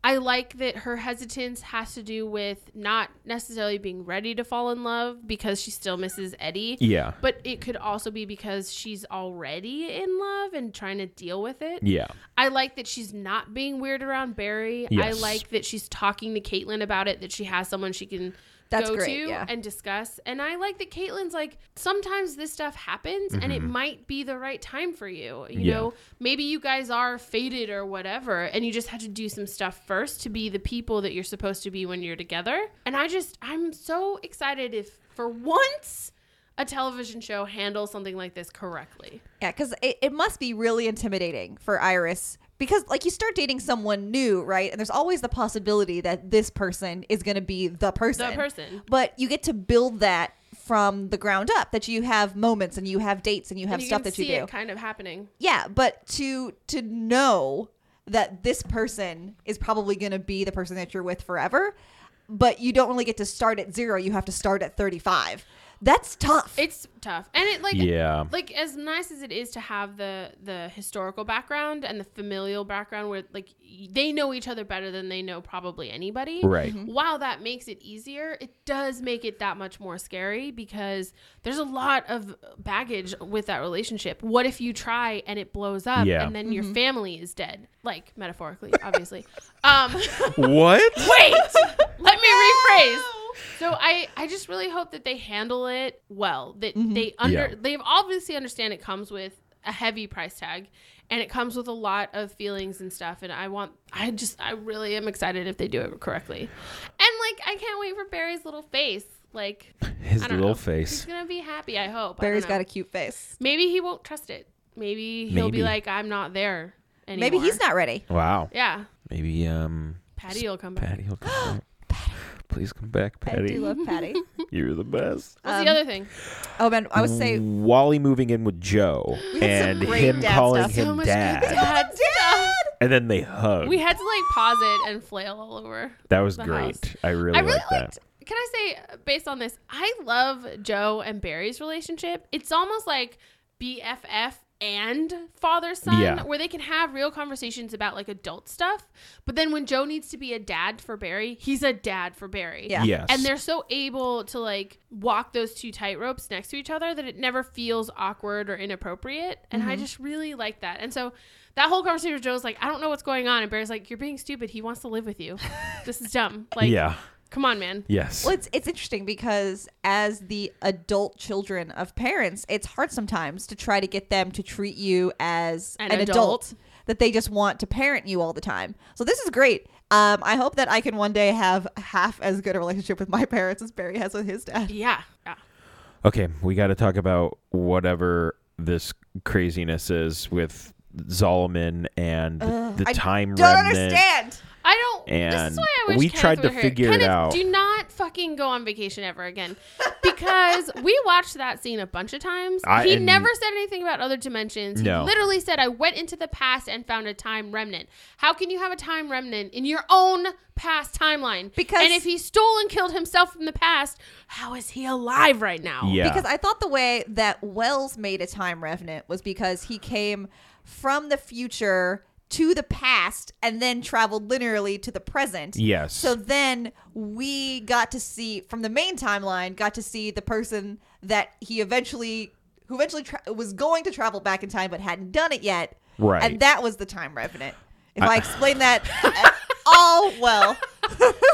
Speaker 3: I like that her hesitance has to do with not necessarily being ready to fall in love because she still misses Eddie.
Speaker 1: Yeah.
Speaker 3: But it could also be because she's already in love and trying to deal with it.
Speaker 1: Yeah.
Speaker 3: I like that she's not being weird around Barry.
Speaker 1: Yes.
Speaker 3: I like that she's talking to Caitlin about it, that she has someone she can
Speaker 2: That's
Speaker 3: go
Speaker 2: great,
Speaker 3: to
Speaker 2: yeah.
Speaker 3: and discuss. And I like that Caitlin's like, sometimes this stuff happens and it might be the right time for you. You
Speaker 1: Mm-hmm. Yeah.
Speaker 3: know, maybe you guys are fated or whatever, and you just have to do some stuff first to be the people that you're supposed to be when you're together. And I just, I'm so excited if for once a television show handles something like this correctly.
Speaker 2: Yeah, because it, it must be really intimidating for Iris because, like, you start dating someone new, right? And there's always the possibility that this person is going to be the person.
Speaker 3: person.
Speaker 2: But you get to build that from the ground up. That you have moments and you have dates and you have
Speaker 3: And you
Speaker 2: stuff
Speaker 3: can
Speaker 2: that you
Speaker 3: see
Speaker 2: do.
Speaker 3: it kind of happening.
Speaker 2: yeah but to to know that this person is probably going to be the person that you're with forever but you don't really get to start at zero you have to start at 35 that's tough
Speaker 3: It's tough, and it like
Speaker 1: Yeah.
Speaker 3: like as nice as it is to have the the historical background and the familial background, where like y- they know each other better than they know probably anybody.
Speaker 1: Right. Mhm.
Speaker 3: While that makes it easier, it does make it that much more scary because there's a lot of baggage with that relationship. What if you try and it blows up,
Speaker 1: Yeah.
Speaker 3: and then your family is dead, like metaphorically, obviously. um,
Speaker 1: What?
Speaker 3: wait, let me rephrase. So I, I just really hope that they handle it well. That
Speaker 2: Mm-hmm.
Speaker 3: they under
Speaker 1: Yeah.
Speaker 3: they obviously understand it comes with a heavy price tag and it comes with a lot of feelings and stuff and I want I just I really am excited if they do it correctly. And like I can't wait for Barry's little face. Like
Speaker 1: His
Speaker 3: I don't
Speaker 1: little
Speaker 3: know. He's
Speaker 1: face.
Speaker 3: gonna be happy, I hope.
Speaker 2: barry's
Speaker 3: I don't know.
Speaker 2: got a cute face
Speaker 3: Maybe he won't trust it. Maybe he'll
Speaker 1: Maybe.
Speaker 3: be like, I'm not there anymore.
Speaker 2: maybe he's not ready
Speaker 1: Wow.
Speaker 3: Yeah.
Speaker 1: Maybe um
Speaker 3: Patty will come back.
Speaker 1: Patty will come back. Please come back,
Speaker 2: i do
Speaker 1: Patty.
Speaker 2: love patty
Speaker 1: You're the best.
Speaker 3: What's
Speaker 2: Um,
Speaker 3: the other thing?
Speaker 2: oh man i would say
Speaker 1: Wally moving in with Joe and
Speaker 2: great
Speaker 1: him
Speaker 2: dad
Speaker 1: calling
Speaker 2: stuff.
Speaker 1: him
Speaker 3: So much good
Speaker 1: dad,
Speaker 3: stuff.
Speaker 2: dad
Speaker 1: and then they hug.
Speaker 3: We had to like pause it and flail all over.
Speaker 1: that was
Speaker 3: the
Speaker 1: great.
Speaker 3: house.
Speaker 1: I really,
Speaker 3: I really
Speaker 1: liked that.
Speaker 3: liked. Can I say, uh, based on this, I love Joe and Barry's relationship. It's almost like BFF and father son
Speaker 1: Yeah.
Speaker 3: where they can have real conversations about like adult stuff. But then when Joe needs to be a dad for Barry, he's a dad for Barry.
Speaker 2: Yeah.
Speaker 1: Yes.
Speaker 3: And they're so able to like walk those two tightropes next to each other that it never feels awkward or inappropriate. And
Speaker 1: Mm-hmm.
Speaker 3: I just really like that. And so that whole conversation with Joe's like, I don't know what's going on. And Barry's like, You're being stupid. He wants to live with you. this is dumb. Like,
Speaker 1: yeah.
Speaker 3: come on, man.
Speaker 1: Yes.
Speaker 2: Well, it's it's interesting because as the adult children of parents, it's hard sometimes to try to get them to treat you as
Speaker 3: An
Speaker 2: an, adult.
Speaker 3: adult.
Speaker 2: that they just want to parent you all the time. So this is great. Um, I hope that I can one day have half as good a relationship with my parents as Barry has with his dad.
Speaker 3: Yeah. Yeah.
Speaker 1: Okay, we got to talk about whatever this craziness is with Solomon and the, the
Speaker 2: Uh, I
Speaker 1: time
Speaker 2: Don't
Speaker 1: remnant.
Speaker 2: understand.
Speaker 3: I don't. this
Speaker 1: And
Speaker 3: is why I wish
Speaker 1: we
Speaker 3: Kenneth
Speaker 1: tried to
Speaker 3: were here.
Speaker 1: figure it
Speaker 3: Kenneth,
Speaker 1: out.
Speaker 3: Do not fucking go on vacation ever again, because we watched that scene a bunch of times.
Speaker 1: I-
Speaker 3: he
Speaker 1: and-
Speaker 3: never said anything about other dimensions.
Speaker 1: No.
Speaker 3: He literally said, "I went into the past and found a time remnant." How can you have a time remnant in your own past timeline?
Speaker 2: Because-
Speaker 3: and if he stole and killed himself from the past, how is he alive right now?
Speaker 1: Yeah.
Speaker 2: Because I thought the way that Wells made a time revenant was because he came from the future to the past and then traveled linearly to the present.
Speaker 1: Yes.
Speaker 2: So then we got to see from the main timeline, got to see the person that he eventually, who eventually tra- was going to travel back in time but hadn't done it yet.
Speaker 1: Right.
Speaker 2: And that was the time revenant. If I, explain that at all well,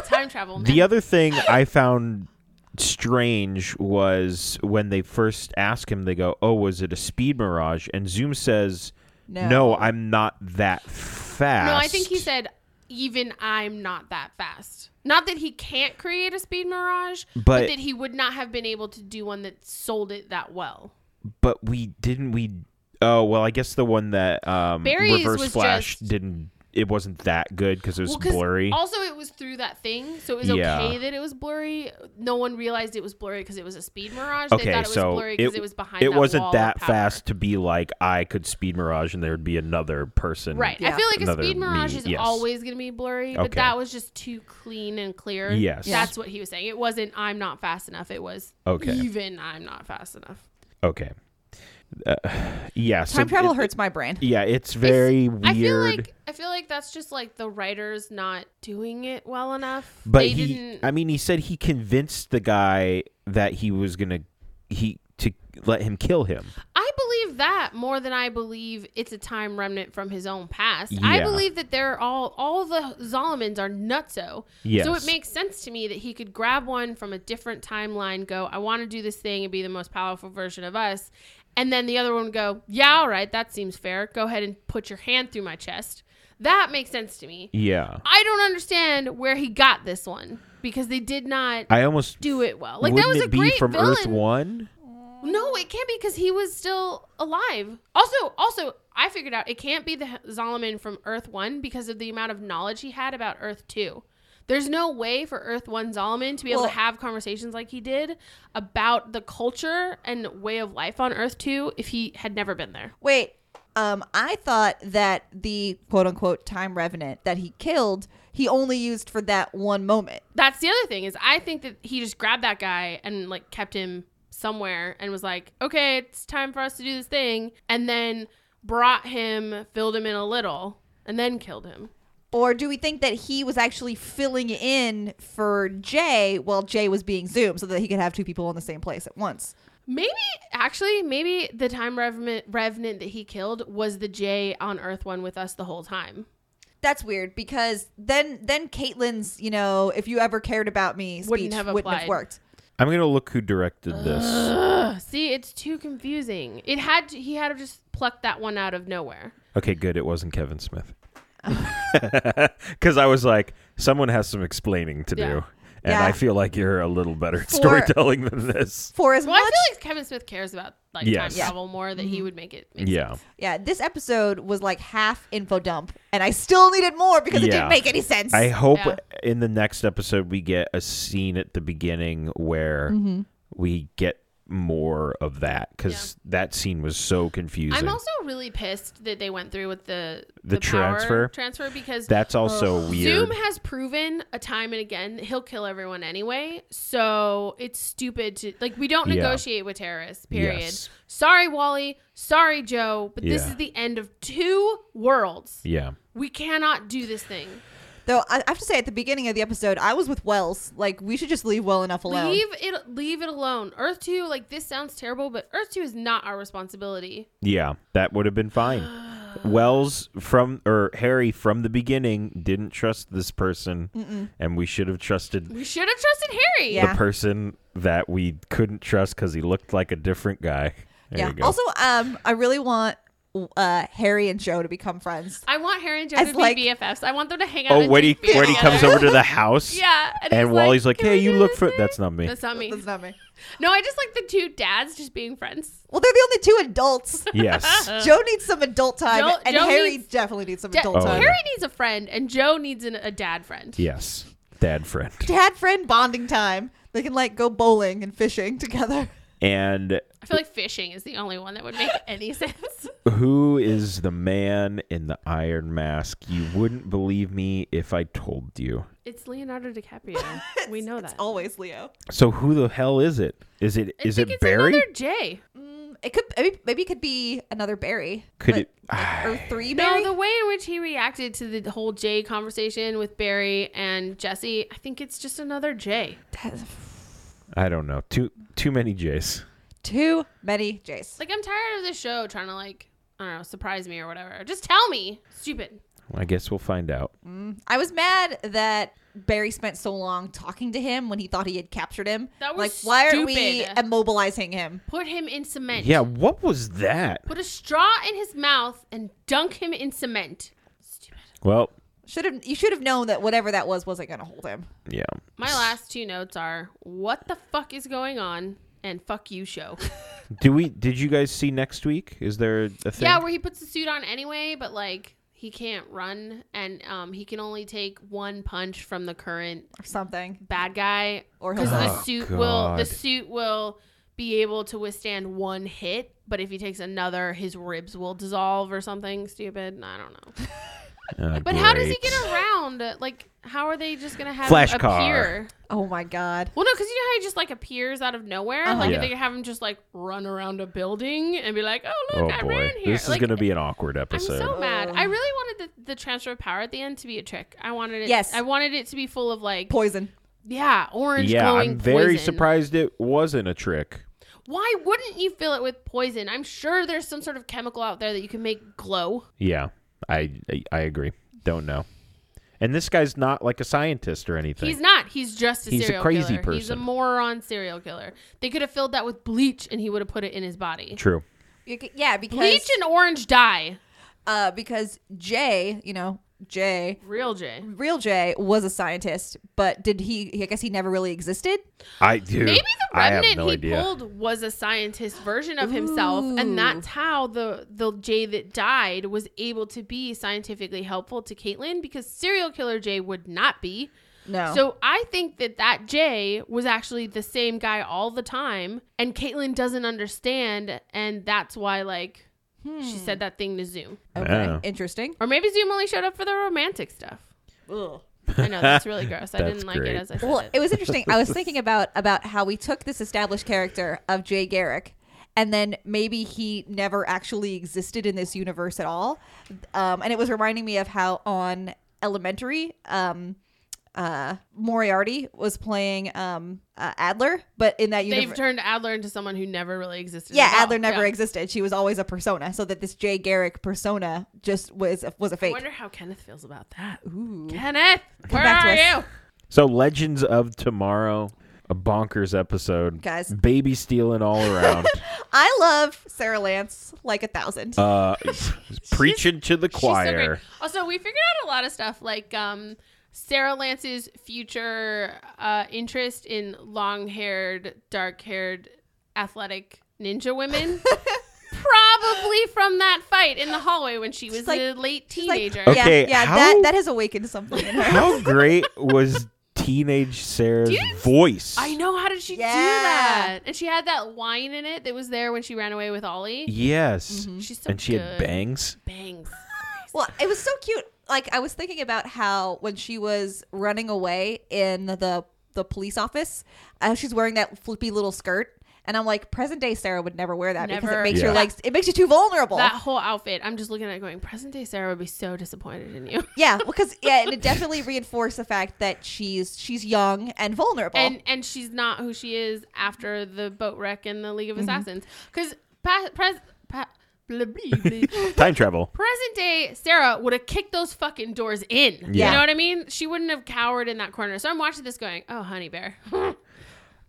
Speaker 3: Time travel. man.
Speaker 1: The other thing I found strange was when they first ask him, they go, "Oh, was it a speed mirage?" And Zoom says,
Speaker 2: No.
Speaker 1: "No, I'm not that fast."
Speaker 3: No, I think he said, even I'm not that fast. Not that he can't create a speed mirage, but,
Speaker 1: But-
Speaker 3: that he would not have been able to do one that sold it that well.
Speaker 1: but we didn't. We oh well, I guess the one that um,
Speaker 3: Barry's
Speaker 1: Reverse
Speaker 3: was
Speaker 1: Flash
Speaker 3: just-
Speaker 1: didn't. It wasn't that good because it was
Speaker 3: Well, 'cause
Speaker 1: blurry.
Speaker 3: Also, it was through that thing, so it was
Speaker 1: Yeah.
Speaker 3: okay that it was blurry. No one realized it was blurry because it was a speed mirage. they
Speaker 1: okay,
Speaker 3: thought it was
Speaker 1: so
Speaker 3: blurry because it, was behind.
Speaker 1: It
Speaker 3: that
Speaker 1: wasn't
Speaker 3: wall of
Speaker 1: that
Speaker 3: power.
Speaker 1: fast to be like I could speed mirage and there would be another person.
Speaker 3: Right. I
Speaker 2: Yeah.
Speaker 3: feel like
Speaker 1: Another
Speaker 3: a speed mirage
Speaker 1: me,
Speaker 3: is
Speaker 1: yes.
Speaker 3: always going to be blurry, but
Speaker 1: Okay.
Speaker 3: that was just too clean and clear.
Speaker 1: Yes. Yeah.
Speaker 3: That's what he was saying. It wasn't I'm not fast enough. It was
Speaker 1: Okay.
Speaker 3: even I'm not fast enough.
Speaker 1: Okay. Uh, yeah. so
Speaker 2: time travel
Speaker 1: it-
Speaker 2: hurts my brain.
Speaker 1: Yeah, it's very weird.
Speaker 3: I feel like I feel like that's just like the writers not doing it well enough.
Speaker 1: but
Speaker 3: they
Speaker 1: he,
Speaker 3: didn't
Speaker 1: I mean, he said he convinced the guy that he was gonna he to let him kill him.
Speaker 3: I believe that more than I believe it's a time remnant from his own past. I
Speaker 1: Yeah.
Speaker 3: believe that they're all all the Solomons are nutso.
Speaker 1: Yes.
Speaker 3: So it makes sense to me that he could grab one from a different timeline, go, I want to do this thing and be the most powerful version of us. And then the other one would go, Yeah, all right, that seems fair. Go ahead and put your hand through my chest. That makes sense to me.
Speaker 1: Yeah,
Speaker 3: I don't understand where he got this one because they did not
Speaker 1: I almost
Speaker 3: do it well. Like
Speaker 1: wouldn't
Speaker 3: that was
Speaker 1: it
Speaker 3: a
Speaker 1: be
Speaker 3: great
Speaker 1: from
Speaker 3: villain.
Speaker 1: Earth One?
Speaker 3: No, it can't be because he was still alive. Also, also, I figured out it can't be the H- Solomon from Earth One because of the amount of knowledge he had about Earth Two. There's no way for Earth One Solomon to be able
Speaker 2: Well-
Speaker 3: to have conversations like he did about the culture and way of life on Earth Two if he had never been there.
Speaker 2: Wait, um, I thought that the quote unquote time revenant that he killed, he only used for that one moment.
Speaker 3: That's the other thing is I think that he just grabbed that guy and like kept him somewhere and was like, "Okay, it's time for us to do this thing," and then brought him, filled him in a little, and then killed him.
Speaker 2: Or do we think that he was actually filling in for Jay while Jay was being zoomed so that he could have two people in the same place at once?
Speaker 3: Maybe actually, maybe the time revenant, revenant that he killed was the Jay on Earth one with us the whole time.
Speaker 2: That's weird because then then Caitlyn's, you know, if you ever cared about me speech
Speaker 3: Wouldn't
Speaker 2: wouldn't
Speaker 3: have
Speaker 2: have,
Speaker 3: applied.
Speaker 2: worked.
Speaker 1: I'm gonna look who directed this.
Speaker 3: Ugh, see, it's too confusing. It had to, he had to just plucked that one out of nowhere.
Speaker 1: Okay, good. It wasn't Kevin Smith. Because I was like, someone has some explaining to
Speaker 3: Yeah.
Speaker 1: do, and
Speaker 2: Yeah.
Speaker 1: I feel like you're a little better at
Speaker 2: For-
Speaker 1: storytelling than this.
Speaker 2: For as
Speaker 3: Well, I
Speaker 2: much
Speaker 3: feel like Kevin Smith cares about like time
Speaker 1: Yes. Yeah.
Speaker 3: travel more that he would make it. Make
Speaker 1: Yeah.
Speaker 2: Yeah, this episode was like half info dump and I still needed more because it
Speaker 1: Yeah.
Speaker 2: didn't make any sense.
Speaker 1: I hope
Speaker 3: Yeah.
Speaker 1: in
Speaker 3: Mm-hmm.
Speaker 1: the next episode we get a scene at the beginning where we get more of that because that scene was so confusing.
Speaker 3: I'm also really pissed that they went through with the
Speaker 1: The
Speaker 3: power
Speaker 1: transfer?
Speaker 3: transfer because
Speaker 1: That's also weird.
Speaker 3: Zoom has proven a time and again that he'll kill everyone anyway. So it's stupid to like we don't
Speaker 1: Yeah.
Speaker 3: negotiate with terrorists. Period.
Speaker 1: Yes.
Speaker 3: Sorry, Wally. Sorry, Joe. But this
Speaker 1: Yeah.
Speaker 3: is the end of two worlds.
Speaker 1: yeah.
Speaker 3: We cannot do this thing.
Speaker 2: Though I I have to say, at the beginning of the episode, I was with Wells. Like, we should just leave well enough alone.
Speaker 3: Leave it. Leave it alone. Earth two. Like this sounds terrible, but Earth two is not our responsibility.
Speaker 1: Yeah, that would have been fine. Wells from or Harry from the beginning didn't trust this person, and we should have trusted
Speaker 3: We should have trusted Harry.
Speaker 2: Yeah.
Speaker 1: the person that we couldn't trust because he looked like a different guy. There
Speaker 2: yeah.
Speaker 1: you go.
Speaker 2: Also, um, I really want uh Harry and Joe to become friends.
Speaker 3: I want Harry and Joe
Speaker 2: As
Speaker 3: to
Speaker 2: like-
Speaker 3: be BFFs. I want them to hang out.
Speaker 1: oh,
Speaker 3: and
Speaker 1: when he
Speaker 3: drink beer
Speaker 1: when he
Speaker 3: together.
Speaker 1: comes over to the house,
Speaker 3: Yeah,
Speaker 1: and
Speaker 3: he's
Speaker 1: Wally's like,
Speaker 3: "Can
Speaker 1: "Hey,
Speaker 3: we
Speaker 1: you
Speaker 3: do
Speaker 1: look
Speaker 3: this
Speaker 1: for
Speaker 3: thing?"
Speaker 1: that's not me."
Speaker 3: That's not me.
Speaker 2: That's not me.
Speaker 3: No, I just like the two dads just being friends.
Speaker 2: Well, they're the only two adults.
Speaker 1: yes,
Speaker 2: Joe needs some adult time,
Speaker 3: Uh. Joe-
Speaker 2: and
Speaker 3: Joe
Speaker 2: Harry
Speaker 3: needs-
Speaker 2: definitely needs some
Speaker 3: Da-
Speaker 2: adult
Speaker 1: Oh,
Speaker 2: time.
Speaker 1: yeah.
Speaker 3: Harry needs a friend, and Joe needs an, a dad friend.
Speaker 1: yes, dad friend,
Speaker 2: Dad friend bonding time. They can like go bowling and fishing together.
Speaker 1: and
Speaker 3: I feel like fishing is the only one that would make any sense.
Speaker 1: Who is the man in the iron mask? You wouldn't believe me if I told you.
Speaker 3: It's Leonardo DiCaprio. We know that.
Speaker 2: Always Leo.
Speaker 1: So who the hell is it? Is it
Speaker 3: I
Speaker 1: is
Speaker 3: think
Speaker 1: it
Speaker 3: it's
Speaker 1: Barry?
Speaker 3: another Jay.
Speaker 2: It could maybe, maybe it could be another Barry.
Speaker 1: Could
Speaker 2: but-
Speaker 1: it? Ah,
Speaker 2: or three
Speaker 3: No,
Speaker 2: Barry?
Speaker 3: the way in which he reacted to the whole Jay conversation with Barry and Jesse, I think it's just another Jay.
Speaker 1: I don't know. Too too many J's.
Speaker 2: Too many Jays.
Speaker 3: Like I'm tired of this show trying to like I don't know surprise me or whatever. Just tell me, stupid.
Speaker 1: I guess we'll find out.
Speaker 2: I was mad that Barry spent so long talking to him when he thought he had captured him.
Speaker 3: That
Speaker 2: like,
Speaker 3: was
Speaker 2: why are we
Speaker 3: stupid.
Speaker 2: immobilizing him?
Speaker 3: Put him in cement.
Speaker 1: Yeah, what was that?
Speaker 3: Put a straw in his mouth and dunk him in cement. Stupid.
Speaker 1: Well,
Speaker 2: Should have you should have known that whatever that was wasn't going to hold him.
Speaker 1: yeah.
Speaker 3: My last two notes are what the fuck is going on and fuck you show.
Speaker 1: Do we? Did you guys see next week? Is there a thing?
Speaker 3: yeah, where he puts the suit on anyway, but like he can't run and um, he can only take one punch from the current
Speaker 2: Or something.
Speaker 3: bad guy
Speaker 2: Or he'll
Speaker 3: because
Speaker 2: die.
Speaker 3: the
Speaker 1: Oh,
Speaker 3: suit will the
Speaker 1: God.
Speaker 3: suit will be able to withstand one hit, but if he takes another, his ribs will dissolve or something stupid. I don't know.
Speaker 1: Oh,
Speaker 3: But how does he
Speaker 1: great.
Speaker 3: get around? Like, how are they just gonna have
Speaker 1: Flash
Speaker 3: him
Speaker 1: car.
Speaker 3: appear?
Speaker 2: Oh my god.
Speaker 3: Well, no, because you know how he just like appears out of nowhere.
Speaker 2: Uh-huh.
Speaker 3: Like
Speaker 1: Yeah.
Speaker 3: they could have him just like run around a building and be like, "Oh
Speaker 1: Oh
Speaker 3: look, I
Speaker 1: boy,
Speaker 3: ran here."
Speaker 1: this is
Speaker 3: Like,
Speaker 1: gonna be an awkward
Speaker 3: I'm
Speaker 1: episode.
Speaker 3: so mad.
Speaker 2: Oh.
Speaker 3: I really wanted the, the transfer of power at the end to be a trick. I wanted it.
Speaker 2: Yes.
Speaker 3: I wanted it to be full of like,
Speaker 2: Poison.
Speaker 3: yeah, orange.
Speaker 1: yeah,
Speaker 3: glowing
Speaker 1: I'm very
Speaker 3: poison.
Speaker 1: surprised it wasn't a trick.
Speaker 3: Why wouldn't you fill it with poison? I'm sure there's some sort of chemical out there that you can make glow.
Speaker 1: Yeah, I I, I agree. Don't know. And this guy's not like a scientist or anything.
Speaker 3: He's not. He's just a
Speaker 1: He's a
Speaker 3: serial
Speaker 1: crazy
Speaker 3: killer. He's a
Speaker 1: person.
Speaker 3: moron serial killer. They could have filled that with bleach and he would have put it in his body.
Speaker 1: True.
Speaker 2: You c- Yeah, because
Speaker 3: Bleach and orange dye.
Speaker 2: uh because Jay, you know, Jay,
Speaker 3: Real J.
Speaker 2: real Jay was a scientist, but did he I guess he never really existed?
Speaker 1: I do.
Speaker 3: Maybe the
Speaker 1: I have
Speaker 3: remnant
Speaker 1: no
Speaker 3: he
Speaker 1: idea.
Speaker 3: pulled was a scientist version of himself,
Speaker 2: Ooh.
Speaker 3: and that's how the the Jay that died was able to be scientifically helpful to Caitlin because serial killer Jay would not be.
Speaker 2: No.
Speaker 3: So I think that that Jay was actually the same guy all the time, and Caitlin doesn't understand, and that's why like she
Speaker 2: Hmm.
Speaker 3: said that thing to Zoom,
Speaker 2: okay.
Speaker 1: Yeah.
Speaker 2: Interesting.
Speaker 3: or maybe Zoom only showed up for the romantic stuff.
Speaker 2: Ugh.
Speaker 3: I know that's really gross. I
Speaker 1: That's
Speaker 3: didn't like
Speaker 1: great.
Speaker 3: it as I said
Speaker 2: Well,
Speaker 3: it.
Speaker 2: it was interesting. I was thinking about about how we took this established character of Jay Garrick, and then maybe he never actually existed in this universe at all. Um, and it was reminding me of how on Elementary, um, uh, Moriarty was playing um, uh, Adler, but in that
Speaker 3: They've
Speaker 2: universe.
Speaker 3: turned Adler into someone who never really existed.
Speaker 2: Yeah,
Speaker 3: at all.
Speaker 2: Adler never
Speaker 3: Yeah.
Speaker 2: existed. She was always a persona, so that this Jay Garrick persona just was a, was a
Speaker 3: I
Speaker 2: fake.
Speaker 3: wonder how Kenneth feels about that.
Speaker 2: Ooh.
Speaker 3: Kenneth, where
Speaker 2: back to
Speaker 3: are
Speaker 2: us.
Speaker 3: you?
Speaker 1: So Legends of Tomorrow, a bonkers episode.
Speaker 2: Guys.
Speaker 1: Baby stealing all around.
Speaker 2: I love Sarah Lance like a thousand.
Speaker 1: uh preaching to the
Speaker 3: She's so
Speaker 1: choir.
Speaker 3: great. Also, we figured out a lot of stuff like um, Sarah Lance's future uh, interest in long-haired, dark-haired, athletic ninja women. Probably from that fight in the hallway when she was
Speaker 2: like-
Speaker 3: a late
Speaker 2: It's like-
Speaker 3: teenager.
Speaker 1: Okay,
Speaker 2: yeah, yeah
Speaker 1: how-
Speaker 2: that that has awakened something in her.
Speaker 1: How great was teenage Sarah's
Speaker 3: Dude.
Speaker 1: voice.
Speaker 3: I know. How did she
Speaker 2: Yeah.
Speaker 3: do that? And she had that wine in it that was there when she ran away with Ollie.
Speaker 1: Yes.
Speaker 3: She's Mm-hmm. so
Speaker 1: And she had
Speaker 3: good.
Speaker 1: bangs.
Speaker 3: bangs.
Speaker 2: Well, it was so cute. Like I was thinking about how when she was running away in the the police office, uh, she's wearing that flippy little skirt, and I'm like, present day Sarah would never wear that because it
Speaker 3: Never.
Speaker 2: makes
Speaker 1: Yeah.
Speaker 2: your legs, it makes you too vulnerable.
Speaker 3: That whole outfit, I'm just looking at it going, present day Sarah would be so disappointed in you.
Speaker 2: yeah, because yeah, and it definitely reinforced the fact that she's she's young and vulnerable.
Speaker 3: And and she's not who she is after the boat wreck and the League
Speaker 1: Mm-hmm.
Speaker 3: of Assassins. Because pres, pa, blah, blah, blah.
Speaker 1: Time travel.
Speaker 3: present day Sarah would have kicked those fucking doors in.
Speaker 1: Yeah.
Speaker 3: You know what I mean? She wouldn't have cowered in that corner. So I'm watching this going, oh, honey bear.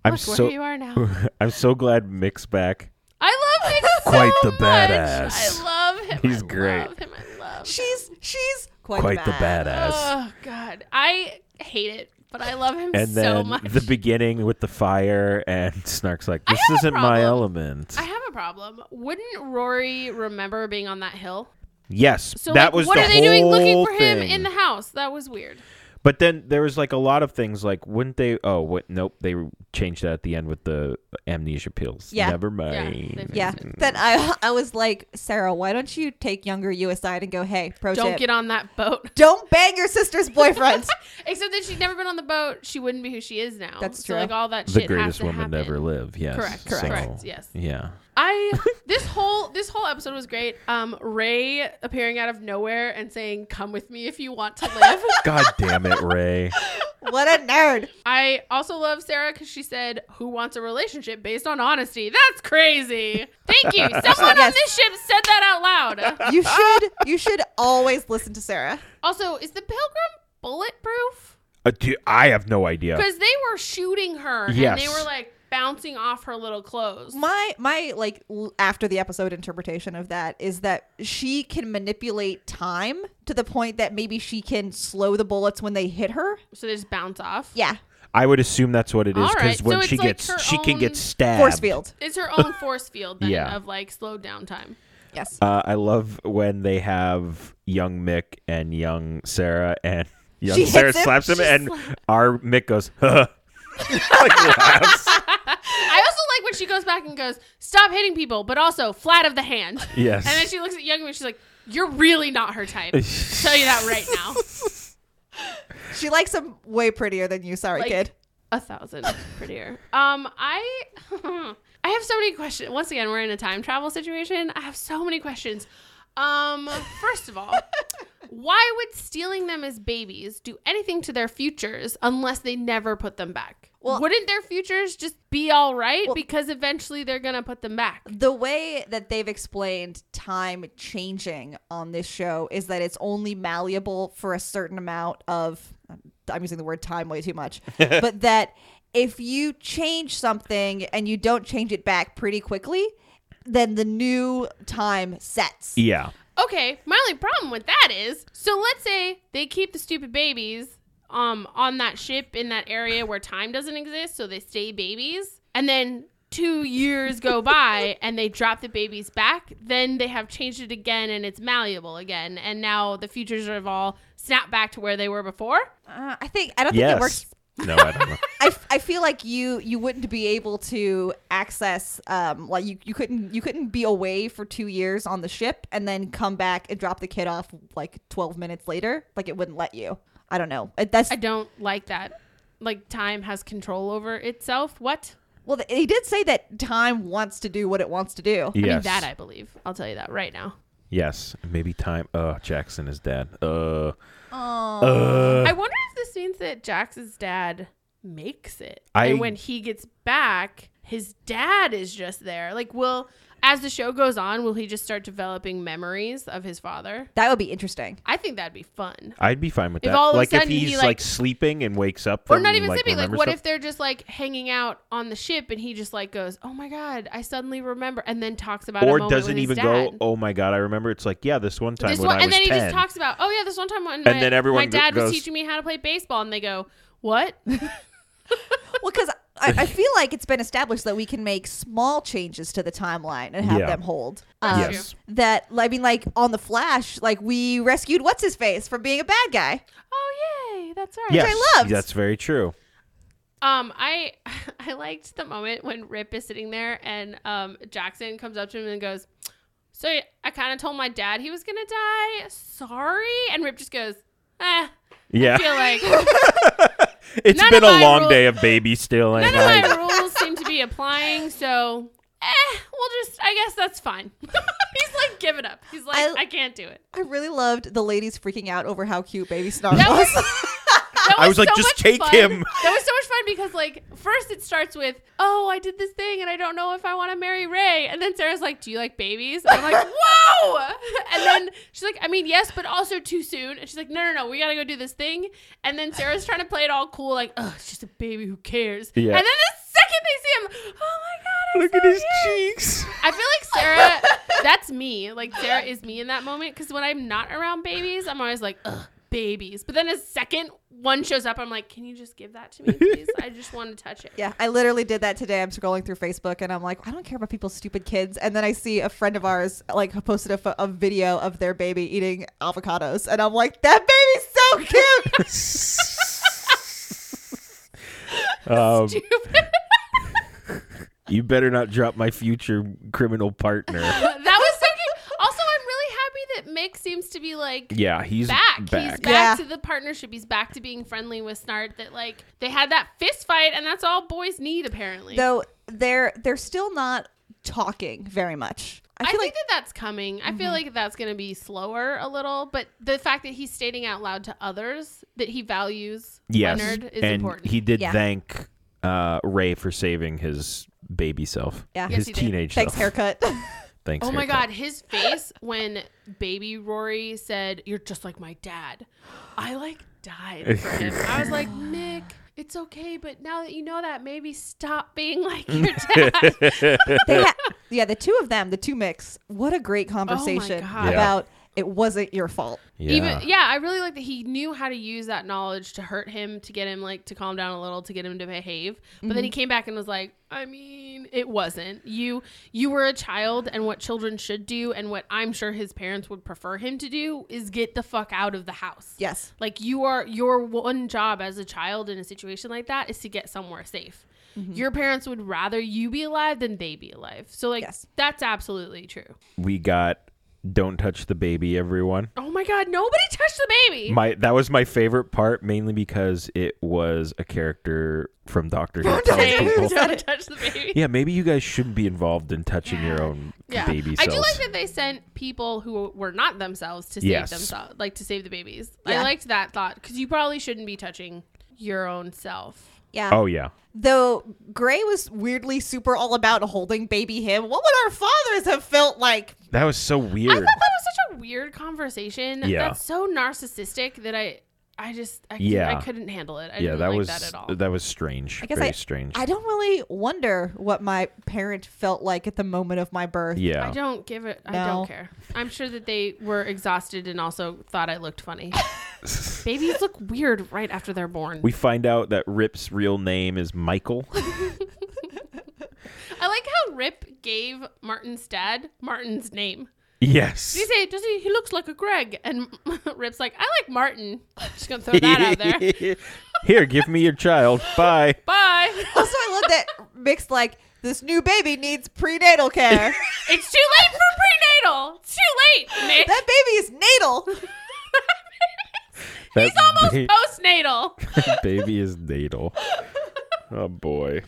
Speaker 3: Look
Speaker 1: I'm
Speaker 3: where
Speaker 1: so
Speaker 3: you are now.
Speaker 1: I'm so glad Mick's back.
Speaker 3: I love him so
Speaker 1: Quite the
Speaker 3: much.
Speaker 1: badass.
Speaker 3: I love him.
Speaker 1: He's
Speaker 3: I
Speaker 1: great.
Speaker 3: Love him. I love him.
Speaker 2: she's she's quite,
Speaker 1: Quite the
Speaker 2: bad.
Speaker 1: badass.
Speaker 3: Oh God, I hate it, but I love him
Speaker 1: And
Speaker 3: so
Speaker 1: then
Speaker 3: much.
Speaker 1: the beginning with the fire and Snark's like, This
Speaker 3: have a
Speaker 1: isn't my
Speaker 3: problem.
Speaker 1: element.
Speaker 3: I have a problem. Wouldn't Rory remember being on that hill?
Speaker 1: yes.
Speaker 3: So
Speaker 1: that
Speaker 3: like,
Speaker 1: was
Speaker 3: what
Speaker 1: the
Speaker 3: are they doing looking
Speaker 1: whole
Speaker 3: for him
Speaker 1: thing.
Speaker 3: in the house? That was weird.
Speaker 1: But then there was like a lot of things like wouldn't they oh what nope, they changed that at the end with the amnesia pills.
Speaker 2: Yeah.
Speaker 1: Never
Speaker 3: Yeah,
Speaker 1: mind.
Speaker 3: they fixed
Speaker 2: Yeah. Then I I was like, Sarah, why don't you take younger you aside and go, hey, pro
Speaker 3: Don't
Speaker 2: tip,
Speaker 3: get on that boat.
Speaker 2: don't bang your sister's boyfriend.
Speaker 3: Except that she'd never been on the boat, she wouldn't be who she is now.
Speaker 2: That's
Speaker 3: So
Speaker 2: true.
Speaker 3: like all that
Speaker 1: the
Speaker 3: shit has
Speaker 1: greatest
Speaker 3: to
Speaker 1: woman to
Speaker 3: happen.
Speaker 1: ever live. Yes.
Speaker 3: Correct, correct, correct, yes.
Speaker 1: Yeah.
Speaker 3: I this whole this whole episode was great. Um, Ray appearing out of nowhere and saying, "Come with me if you want to live."
Speaker 1: God damn it, Ray.
Speaker 2: what a nerd.
Speaker 3: I also love Sarah because she said, "Who wants a relationship based on honesty?" That's crazy. Thank you. Someone on
Speaker 2: Yes.
Speaker 3: this ship said that out loud.
Speaker 2: You should you should always listen to Sarah.
Speaker 3: Also, is the Pilgrim bulletproof?
Speaker 1: Uh, dude, I have no idea.
Speaker 3: Because they were shooting her and they
Speaker 1: Yes.
Speaker 3: were like bouncing off her little clothes.
Speaker 2: My my like l- after the episode interpretation of that is that she can manipulate time to the point that maybe she can slow the bullets when they hit her.
Speaker 3: so they just bounce off.
Speaker 2: Yeah,
Speaker 1: I would assume that's what it is
Speaker 3: All
Speaker 1: because
Speaker 3: right, so
Speaker 1: when
Speaker 3: it's
Speaker 1: she
Speaker 3: like
Speaker 1: gets
Speaker 3: her
Speaker 1: she can
Speaker 3: own
Speaker 1: get stabbed.
Speaker 2: force field.
Speaker 3: It's her own force field then
Speaker 1: Yeah.
Speaker 3: of like slowed down time.
Speaker 2: Yes.
Speaker 1: Uh, I love when they have young Mick and young Sarah and young
Speaker 2: She hits
Speaker 1: Sarah
Speaker 2: him,
Speaker 1: slaps him
Speaker 3: she
Speaker 1: and
Speaker 3: sla-
Speaker 1: our Mick goes huh. like laughs.
Speaker 3: I also like when she goes back and goes, "Stop hitting people," but also flat of the hand.
Speaker 1: Yes.
Speaker 3: And then she looks at Young and she's like, "You're really not her type." Tell you that right now.
Speaker 2: She likes him way prettier than you. Sorry,
Speaker 3: Like,
Speaker 2: kid.
Speaker 3: a thousand prettier. Um, I I have so many questions. Once again, we're in a time travel situation. I have so many questions. Um, first of all, why would stealing them as babies do anything to their futures unless they never put them back?
Speaker 2: Well-
Speaker 3: Wouldn't their futures just be all right because eventually they're gonna put them back?
Speaker 2: The way that they've explained time changing on this show is that it's only malleable for a certain amount of. I'm using the word time way too much, but that if you change something and you don't change it back pretty quickly, then the new time sets.
Speaker 1: Yeah.
Speaker 3: Okay, my only problem with that is so let's say they keep the stupid babies um on that ship in that area where time doesn't exist, so they stay babies, and then two years go by and they drop the babies back, then they have changed it again and it's malleable again, and now the futures have all snapped back to where they were before.
Speaker 2: Uh, I think I don't think it
Speaker 1: Yes.
Speaker 2: works.
Speaker 1: No, I don't know.
Speaker 2: I, f- I feel like you you wouldn't be able to access um like you, you couldn't you couldn't be away for two years on the ship and then come back and drop the kid off like 12 minutes later like it wouldn't let you i don't know It- that's
Speaker 3: I don't like that. Like time has control over itself. What?
Speaker 2: well he did say that time wants to do what it wants to do
Speaker 1: Yes.
Speaker 3: I mean that I believe. I'll tell you that right now.
Speaker 1: yes. Maybe time. Oh, Jackson is dead. Uh.
Speaker 3: I wonder if this means that Jax's dad makes it.
Speaker 1: I-
Speaker 3: and when he gets back, his dad is just there. Like, will, as the show goes on, will he just start developing memories of his father?
Speaker 2: that would be interesting
Speaker 3: I think that'd be fun.
Speaker 1: I'd be fine with
Speaker 3: If
Speaker 1: that.
Speaker 3: all of a
Speaker 1: like
Speaker 3: sudden
Speaker 1: if
Speaker 3: he,
Speaker 1: he's
Speaker 3: like-
Speaker 1: like, sleeping and wakes up
Speaker 3: Or
Speaker 1: from,
Speaker 3: not even
Speaker 1: like,
Speaker 3: sleeping. Like,
Speaker 1: remember
Speaker 3: what
Speaker 1: stuff.
Speaker 3: if they're just like hanging out on the ship and he just like goes, "Oh my god, I suddenly remember," and then talks about a
Speaker 1: or
Speaker 3: moment
Speaker 1: doesn't
Speaker 3: with his
Speaker 1: even
Speaker 3: dad.
Speaker 1: go, "Oh my god, I remember." It's like, yeah, this one time
Speaker 3: this
Speaker 1: when
Speaker 3: one,
Speaker 1: I was
Speaker 3: and then he
Speaker 1: 10.
Speaker 3: just talks about, "Oh yeah, this one time when
Speaker 1: And
Speaker 3: my,
Speaker 1: then everyone
Speaker 3: my dad
Speaker 1: goes-
Speaker 3: was teaching me how to play baseball," and they go, "What?"
Speaker 2: well because I, I feel like it's been established that we can make small changes to the timeline and have
Speaker 1: Yeah.
Speaker 2: them hold Um,
Speaker 3: That's
Speaker 1: Yes.
Speaker 3: true.
Speaker 2: that i mean like on the flash like we rescued what's his face from being a bad guy
Speaker 3: Oh yay! That's all right.
Speaker 1: Yes,
Speaker 2: I loved.
Speaker 1: That's very true.
Speaker 3: Um, I I liked the moment when Rip is sitting there and um Jackson comes up to him and goes, "So I kind of told my dad he was gonna die. Sorry." And Rip just goes, "Ah,
Speaker 1: Yeah.
Speaker 3: I feel like
Speaker 1: it's
Speaker 3: none
Speaker 1: been
Speaker 3: of
Speaker 1: a
Speaker 3: my
Speaker 1: long
Speaker 3: rule-
Speaker 1: day of baby still.
Speaker 3: none
Speaker 1: ain't
Speaker 3: of
Speaker 1: right?
Speaker 3: my rules seem to be applying, so eh, we'll just I guess that's fine." He's like giving up. He's like,
Speaker 2: I-
Speaker 3: I, can't do it."
Speaker 2: I really loved the ladies freaking out over how cute Baby Snarl
Speaker 3: That
Speaker 2: was.
Speaker 3: That
Speaker 1: I was like, "Just
Speaker 3: much
Speaker 1: take
Speaker 3: fun.
Speaker 1: him."
Speaker 3: That was so much fun because, like, first it starts with, "Oh, I did this thing, and I don't know if I want to marry Ray." And then Sarah's like, "Do you like babies?" And I'm like, "Whoa!" And then she's like, "I mean, yes, but also too soon." And she's like, "No, no, no, we gotta go do this thing." And then Sarah's trying to play it all cool, like, "Oh, it's just a baby, who cares?"
Speaker 1: Yeah.
Speaker 3: And then the second they see him, oh my god! I
Speaker 1: Look
Speaker 3: saw
Speaker 1: at his
Speaker 3: you."
Speaker 1: cheeks.
Speaker 3: I feel like Sarah, that's me. Like Sarah is me in that moment because when I'm not around babies, I'm always like, ugh, babies. But then a second one shows up, I'm like, can you just give that to me, please? I just want to touch it.
Speaker 2: yeah, I literally did that today. I'm scrolling through Facebook and I'm like, I don't care about people's stupid kids. And then I see a friend of ours like posted a, pho- a video of their baby eating avocados, and I'm like, that baby's so cute.
Speaker 1: Um,
Speaker 3: Stupid.
Speaker 1: you better not drop my future criminal partner.
Speaker 3: that was so cute. Also, I'm really happy that Mick seems to be like.
Speaker 1: Yeah, he's
Speaker 3: Back. He's back
Speaker 2: Yeah.
Speaker 3: to the partnership. He's back to being friendly with Snart. That like they had that fist fight, and that's all boys need apparently.
Speaker 2: Though they're they're still not talking very much. I
Speaker 3: I,
Speaker 2: feel
Speaker 3: think
Speaker 2: like
Speaker 3: that that's coming. I feel like that's going to be slower a little, but the fact that he's stating out loud to others that he values
Speaker 1: yes,
Speaker 3: Leonard is
Speaker 1: and
Speaker 3: important.
Speaker 1: he did
Speaker 2: Yeah.
Speaker 1: thank uh, Ray for saving his baby self.
Speaker 2: Yeah. Yes,
Speaker 1: his
Speaker 3: he did.
Speaker 1: teenage
Speaker 2: thanks
Speaker 1: self.
Speaker 2: haircut.
Speaker 1: Thanks.
Speaker 3: oh my
Speaker 1: haircut.
Speaker 3: god, his face when baby Rory said, "You're just like my dad," I like died. For him. I was like, Nick. It's okay, but now that you know that, maybe stop being like your dad.
Speaker 2: they ha- yeah, the two of them, the two mix. What a great conversation
Speaker 3: Oh God. Yeah.
Speaker 2: about it wasn't your fault.
Speaker 1: Yeah.
Speaker 3: Even yeah, I really like that he knew how to use that knowledge to hurt him, to get him like to calm down a little, to get him to behave. But then he
Speaker 2: Mhm.
Speaker 3: came back and was like, I mean, it wasn't. You you were a child and what children should do and what I'm sure his parents would prefer him to do is get the fuck out of the house.
Speaker 2: Yes.
Speaker 3: Like you are your one job as a child in a situation like that is to get somewhere safe.
Speaker 2: Mm-hmm.
Speaker 3: Your parents would rather you be alive than they be alive. So like
Speaker 2: Yes.
Speaker 3: that's absolutely true.
Speaker 1: we got "Don't touch the baby, everyone."
Speaker 3: Oh my god, nobody touched the baby.
Speaker 1: My that was my favorite part, mainly because it was a character from Doctor Who telling
Speaker 2: Doctor Who.
Speaker 1: people.
Speaker 2: Got
Speaker 3: Don't
Speaker 2: it.
Speaker 3: touch the baby.
Speaker 1: Yeah, maybe you guys shouldn't be involved in touching your own baby
Speaker 3: I
Speaker 1: cells.
Speaker 3: do like that they sent people who were not themselves to save
Speaker 1: Yes.
Speaker 3: themselves, like to save the babies.
Speaker 2: Yeah.
Speaker 3: I liked that thought because you probably shouldn't be touching your own self.
Speaker 2: Yeah.
Speaker 1: Oh yeah,
Speaker 2: Though Gray was weirdly super all about holding baby him. What would our fathers have felt like?
Speaker 1: that was so
Speaker 3: I
Speaker 1: weird.
Speaker 3: thought that was such a weird conversation.
Speaker 1: Yeah.
Speaker 3: that's so narcissistic that I, I just, I, yeah.
Speaker 1: Yeah.
Speaker 3: I couldn't handle it. I
Speaker 1: yeah,
Speaker 3: didn't
Speaker 1: that
Speaker 3: like
Speaker 1: was
Speaker 3: that at all.
Speaker 1: that, was strange.
Speaker 2: I guess
Speaker 1: Very
Speaker 2: I-
Speaker 1: strange.
Speaker 2: I don't really wonder what my parent felt like at the moment of my birth.
Speaker 1: yeah,
Speaker 3: I don't give it. I
Speaker 2: No.
Speaker 3: don't care. I'm sure that they were exhausted and also thought I looked funny. Babies look weird right after they're born.
Speaker 1: we find out that Rip's real name is Michael.
Speaker 3: I like how Rip gave Martin's dad Martin's name.
Speaker 1: yes.
Speaker 3: He say, does he? He looks like a Greg. And Rip's like, I like Martin. Just gonna throw that out there.
Speaker 1: Here, give me your child. Bye.
Speaker 3: Bye.
Speaker 2: Also, I love that mixed like this new baby needs prenatal care.
Speaker 3: It's too late for prenatal. It's too late, Nick.
Speaker 2: that baby is natal.
Speaker 1: That
Speaker 3: He's almost postnatal.
Speaker 1: baby is natal. Oh boy.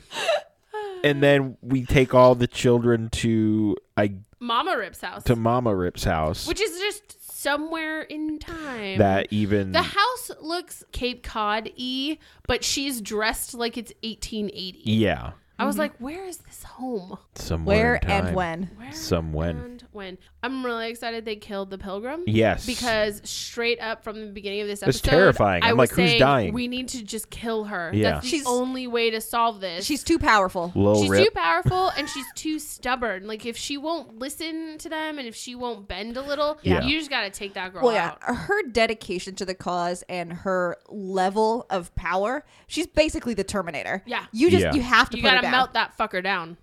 Speaker 1: And then we take all the children to I
Speaker 3: Mama Rip's house,
Speaker 1: to Mama Rip's house.
Speaker 3: which is just somewhere in time.
Speaker 1: that even
Speaker 3: the house looks Cape Cod y, but she's dressed like it's 1880.
Speaker 1: yeah
Speaker 3: I was like, where is this home?
Speaker 1: somewhere
Speaker 2: Where
Speaker 1: in time.
Speaker 2: and when?
Speaker 3: Where
Speaker 1: Some when.
Speaker 3: and when? I'm really excited they killed the pilgrim.
Speaker 1: Yes.
Speaker 3: because straight up from the beginning of this
Speaker 1: It's
Speaker 3: episode,
Speaker 1: terrifying.
Speaker 3: I
Speaker 1: I'm like,
Speaker 3: was
Speaker 1: who's
Speaker 3: saying,
Speaker 1: dying?
Speaker 3: We need to just kill her.
Speaker 1: Yeah.
Speaker 3: That's the
Speaker 2: She's-
Speaker 3: only way to solve this.
Speaker 2: She's too powerful.
Speaker 1: Lil
Speaker 3: She's
Speaker 1: Rip.
Speaker 3: too powerful and she's too stubborn. Like if she won't listen to them and if she won't bend a little,
Speaker 1: Yeah.
Speaker 3: you just gotta take that girl
Speaker 2: Well, yeah,
Speaker 3: out.
Speaker 2: her dedication to the cause and her level of power, she's basically the Terminator.
Speaker 3: Yeah.
Speaker 2: you just
Speaker 1: Yeah.
Speaker 2: you have to
Speaker 3: You
Speaker 2: put her
Speaker 3: gotta
Speaker 2: down,
Speaker 3: melt that fucker down.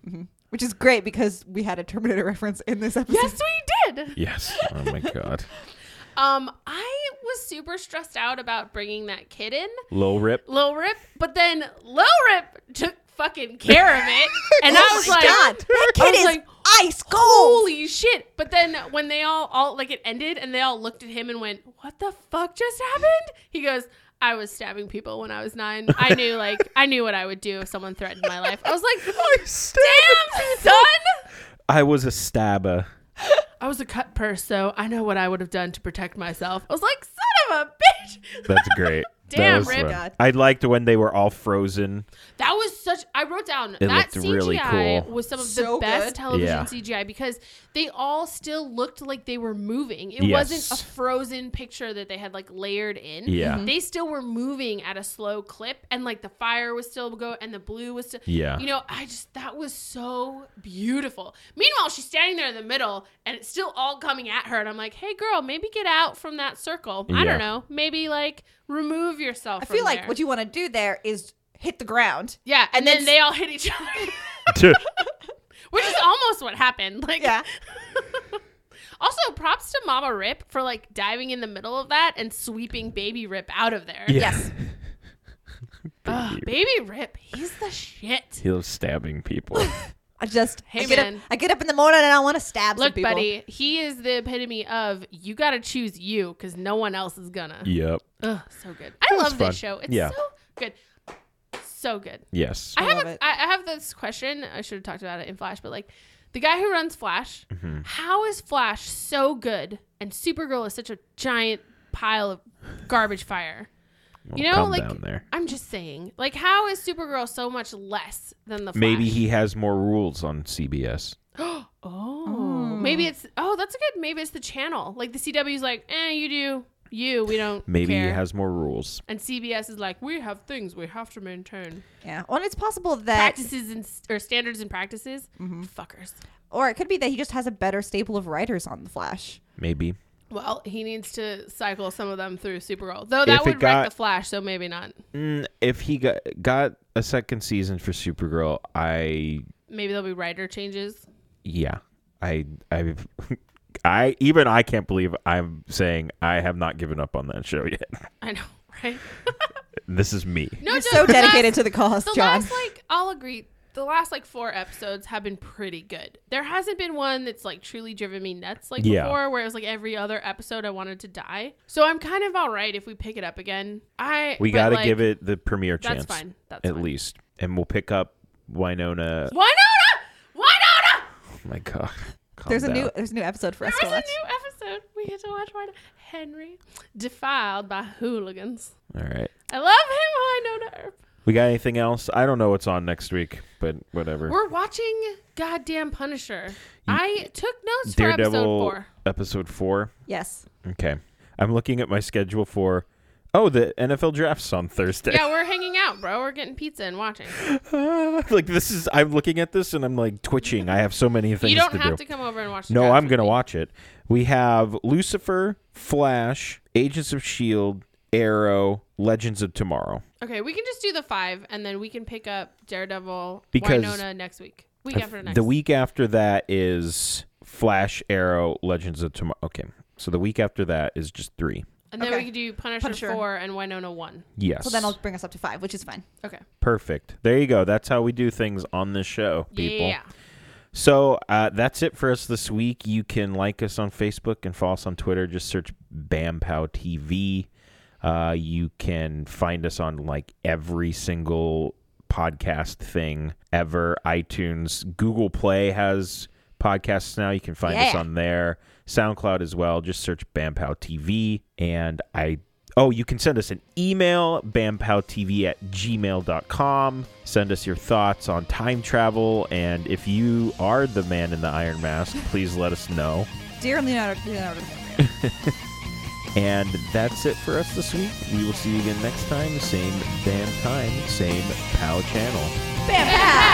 Speaker 2: which is great because we had a Terminator reference in this episode.
Speaker 3: Yes, we did.
Speaker 1: Yes. Oh my god.
Speaker 3: Um, I was super stressed out about bringing that kid in,
Speaker 1: Low rip.
Speaker 3: Lil Rip, but then Lil Rip took fucking care of it, and I
Speaker 2: Oh
Speaker 3: was
Speaker 2: my
Speaker 3: like,
Speaker 2: God, that
Speaker 3: I
Speaker 2: kid
Speaker 3: was
Speaker 2: is
Speaker 3: like,
Speaker 2: ice cold.
Speaker 3: holy shit! But then when they all all like it ended, and they all looked at him and went, "What the fuck just happened?" He goes. I was stabbing people when I was nine. I knew, like, I knew what I would do if someone threatened my life. I was like, "Damn, son!"
Speaker 1: I was a stabber.
Speaker 3: I was a cut purse, so I know what I would have done to protect myself. I was like, "Son of a bitch!"
Speaker 1: That's great.
Speaker 3: Damn,
Speaker 1: that was
Speaker 3: Rip.
Speaker 1: fun.
Speaker 2: God.
Speaker 1: I liked when they were all frozen.
Speaker 3: That was such. I wrote down that
Speaker 1: looked really
Speaker 3: CGI
Speaker 1: cool.
Speaker 3: was some of the
Speaker 2: So
Speaker 3: best
Speaker 2: good.
Speaker 3: television
Speaker 1: Yeah.
Speaker 3: CGI because they all still looked like they were moving. It
Speaker 1: Yes.
Speaker 3: wasn't a frozen picture that they had like layered in.
Speaker 1: Yeah.
Speaker 2: Mm-hmm.
Speaker 3: they still were moving at a slow clip, and like the fire was still go, and the blue was still.
Speaker 1: Yeah.
Speaker 3: you know, I just that was so beautiful. Meanwhile, she's standing there in the middle, and it's still all coming at her, and I'm like, "Hey, girl, maybe get out from that circle. I
Speaker 1: Yeah.
Speaker 3: don't know. Maybe like remove yourself."
Speaker 2: I feel like
Speaker 3: would
Speaker 2: what you want to do there is hit the ground.
Speaker 3: yeah, and,
Speaker 2: and
Speaker 3: then,
Speaker 2: then s-
Speaker 3: they all hit each other. which is almost what happened. Like,
Speaker 2: Yeah.
Speaker 3: also props to Mama Rip for like diving in the middle of that and sweeping Baby Rip out of there.
Speaker 2: Yes.
Speaker 3: Ugh, baby Rip, he's the shit.
Speaker 1: He loves stabbing people.
Speaker 2: I just
Speaker 3: Hey,
Speaker 2: I get
Speaker 3: man.
Speaker 2: up I get up in the morning and I want to stab some
Speaker 3: Look,
Speaker 2: people.
Speaker 3: buddy, he is the epitome of you got to choose you because no one else is gonna.
Speaker 1: yep.
Speaker 3: Ugh, so good. I
Speaker 1: was
Speaker 3: love
Speaker 1: fun.
Speaker 3: this show. It's
Speaker 1: Yeah.
Speaker 3: so good. So good.
Speaker 1: Yes.
Speaker 3: I, have
Speaker 2: love
Speaker 3: a,
Speaker 2: it.
Speaker 3: I I have this question. I should have talked about it in Flash, but like the guy who runs Flash,
Speaker 1: Mm-hmm.
Speaker 3: how is Flash so good and Supergirl is such a giant pile of garbage fire? you know,
Speaker 1: calm
Speaker 3: like
Speaker 1: down there.
Speaker 3: I'm just saying, like how is Supergirl so much less than the Flash?
Speaker 1: Maybe he has more rules on CBS.
Speaker 3: Oh, maybe it's oh that's a good. Maybe it's the channel. Like the CW's like, eh, you do you. We don't.
Speaker 1: Maybe
Speaker 3: care.
Speaker 1: he has more rules.
Speaker 3: And CBS is like, we have things we have to maintain.
Speaker 2: Yeah. Well, and it's possible that
Speaker 3: Practices and or standards and practices. Fuckers.
Speaker 2: or it could be that he just has a better staple of writers on the Flash.
Speaker 1: Maybe.
Speaker 3: Well, he needs to cycle some of them through Supergirl, though that
Speaker 1: If it
Speaker 3: would
Speaker 1: got-
Speaker 3: wreck the Flash, so maybe not.
Speaker 1: Mm, if he got got a second season for Supergirl, I
Speaker 3: Maybe there'll be writer changes.
Speaker 1: yeah, I I I even I can't believe I'm saying I have not given up on that show yet.
Speaker 3: I know, right?
Speaker 1: this is me.
Speaker 3: No,
Speaker 2: You're
Speaker 3: just
Speaker 2: so
Speaker 3: the last-
Speaker 2: dedicated to the cause,
Speaker 3: The
Speaker 2: John.
Speaker 3: last, like, I'll agree. The last like four episodes have been pretty good. There hasn't been one that's like truly driven me nuts like
Speaker 1: Yeah.
Speaker 3: before, where it was like every other episode I wanted to die. So I'm kind of all right if we pick it up again. I
Speaker 1: We got to give it the premiere chance.
Speaker 3: That's fine. That's
Speaker 1: at
Speaker 3: fine.
Speaker 1: least, and we'll pick up Winona.
Speaker 3: Winona, Winona.
Speaker 1: Oh my God, Calm
Speaker 2: There's a
Speaker 1: down.
Speaker 2: new there's a new episode for us
Speaker 3: There
Speaker 2: to
Speaker 3: was a
Speaker 2: watch.
Speaker 3: new episode we had to watch. Winona Henry defiled by hooligans.
Speaker 1: All right,
Speaker 3: I love him, Winona Earp.
Speaker 1: we got anything else? I don't know what's on next week, but whatever.
Speaker 3: We're watching goddamn Punisher. I took notes for episode
Speaker 1: Daredevil
Speaker 3: four.
Speaker 1: episode four.
Speaker 2: Yes.
Speaker 1: Okay, I'm looking at my schedule for. Oh, the NFL draft's on Thursday.
Speaker 3: Yeah, we're hanging out, bro. We're getting pizza and watching.
Speaker 1: Ah, like this is I'm looking at this and I'm like twitching. I have so many things
Speaker 3: you don't
Speaker 1: to
Speaker 3: have
Speaker 1: do.
Speaker 3: to come over and watch. The
Speaker 1: no,
Speaker 3: draft
Speaker 1: I'm
Speaker 3: with
Speaker 1: gonna
Speaker 3: me.
Speaker 1: watch it. We have Lucifer, Flash, Agents of Shield, E Arrow, Legends of Tomorrow.
Speaker 3: Okay, we can just do the five, and then we can pick up Daredevil,
Speaker 1: Because-
Speaker 3: Winona next week, week after next.
Speaker 1: The week after that is Flash, Arrow, Legends of Tomorrow. Okay, so the week after that is just three.
Speaker 3: and then we
Speaker 2: Okay.
Speaker 3: can do Punisher,
Speaker 2: Punisher.
Speaker 3: four and Winona one.
Speaker 1: Yes,
Speaker 2: So then I'll bring us up to five, which is fine.
Speaker 3: Okay,
Speaker 1: perfect. There you go. That's how we do things on this show, people.
Speaker 3: yeah.
Speaker 1: So uh, that's it for us this week. You can like us on Facebook and follow us on Twitter. Just search BamPow TV. Uh, you can find us on like every single podcast thing ever iTunes, Google Play has podcasts now. You can find us
Speaker 2: Yeah.
Speaker 1: on there, SoundCloud as well. Just search BamPow TV. And I. Oh, you can send us an email, bampowtv at gmail.com. Send us your thoughts on time travel. And if you are the man in the iron mask, please let us know.
Speaker 2: Dear Leonardo, Leonardo DiCaprio.
Speaker 1: And that's it for us this week. We will see you again next time. Same damn time, same POW channel.
Speaker 2: Bam! pow!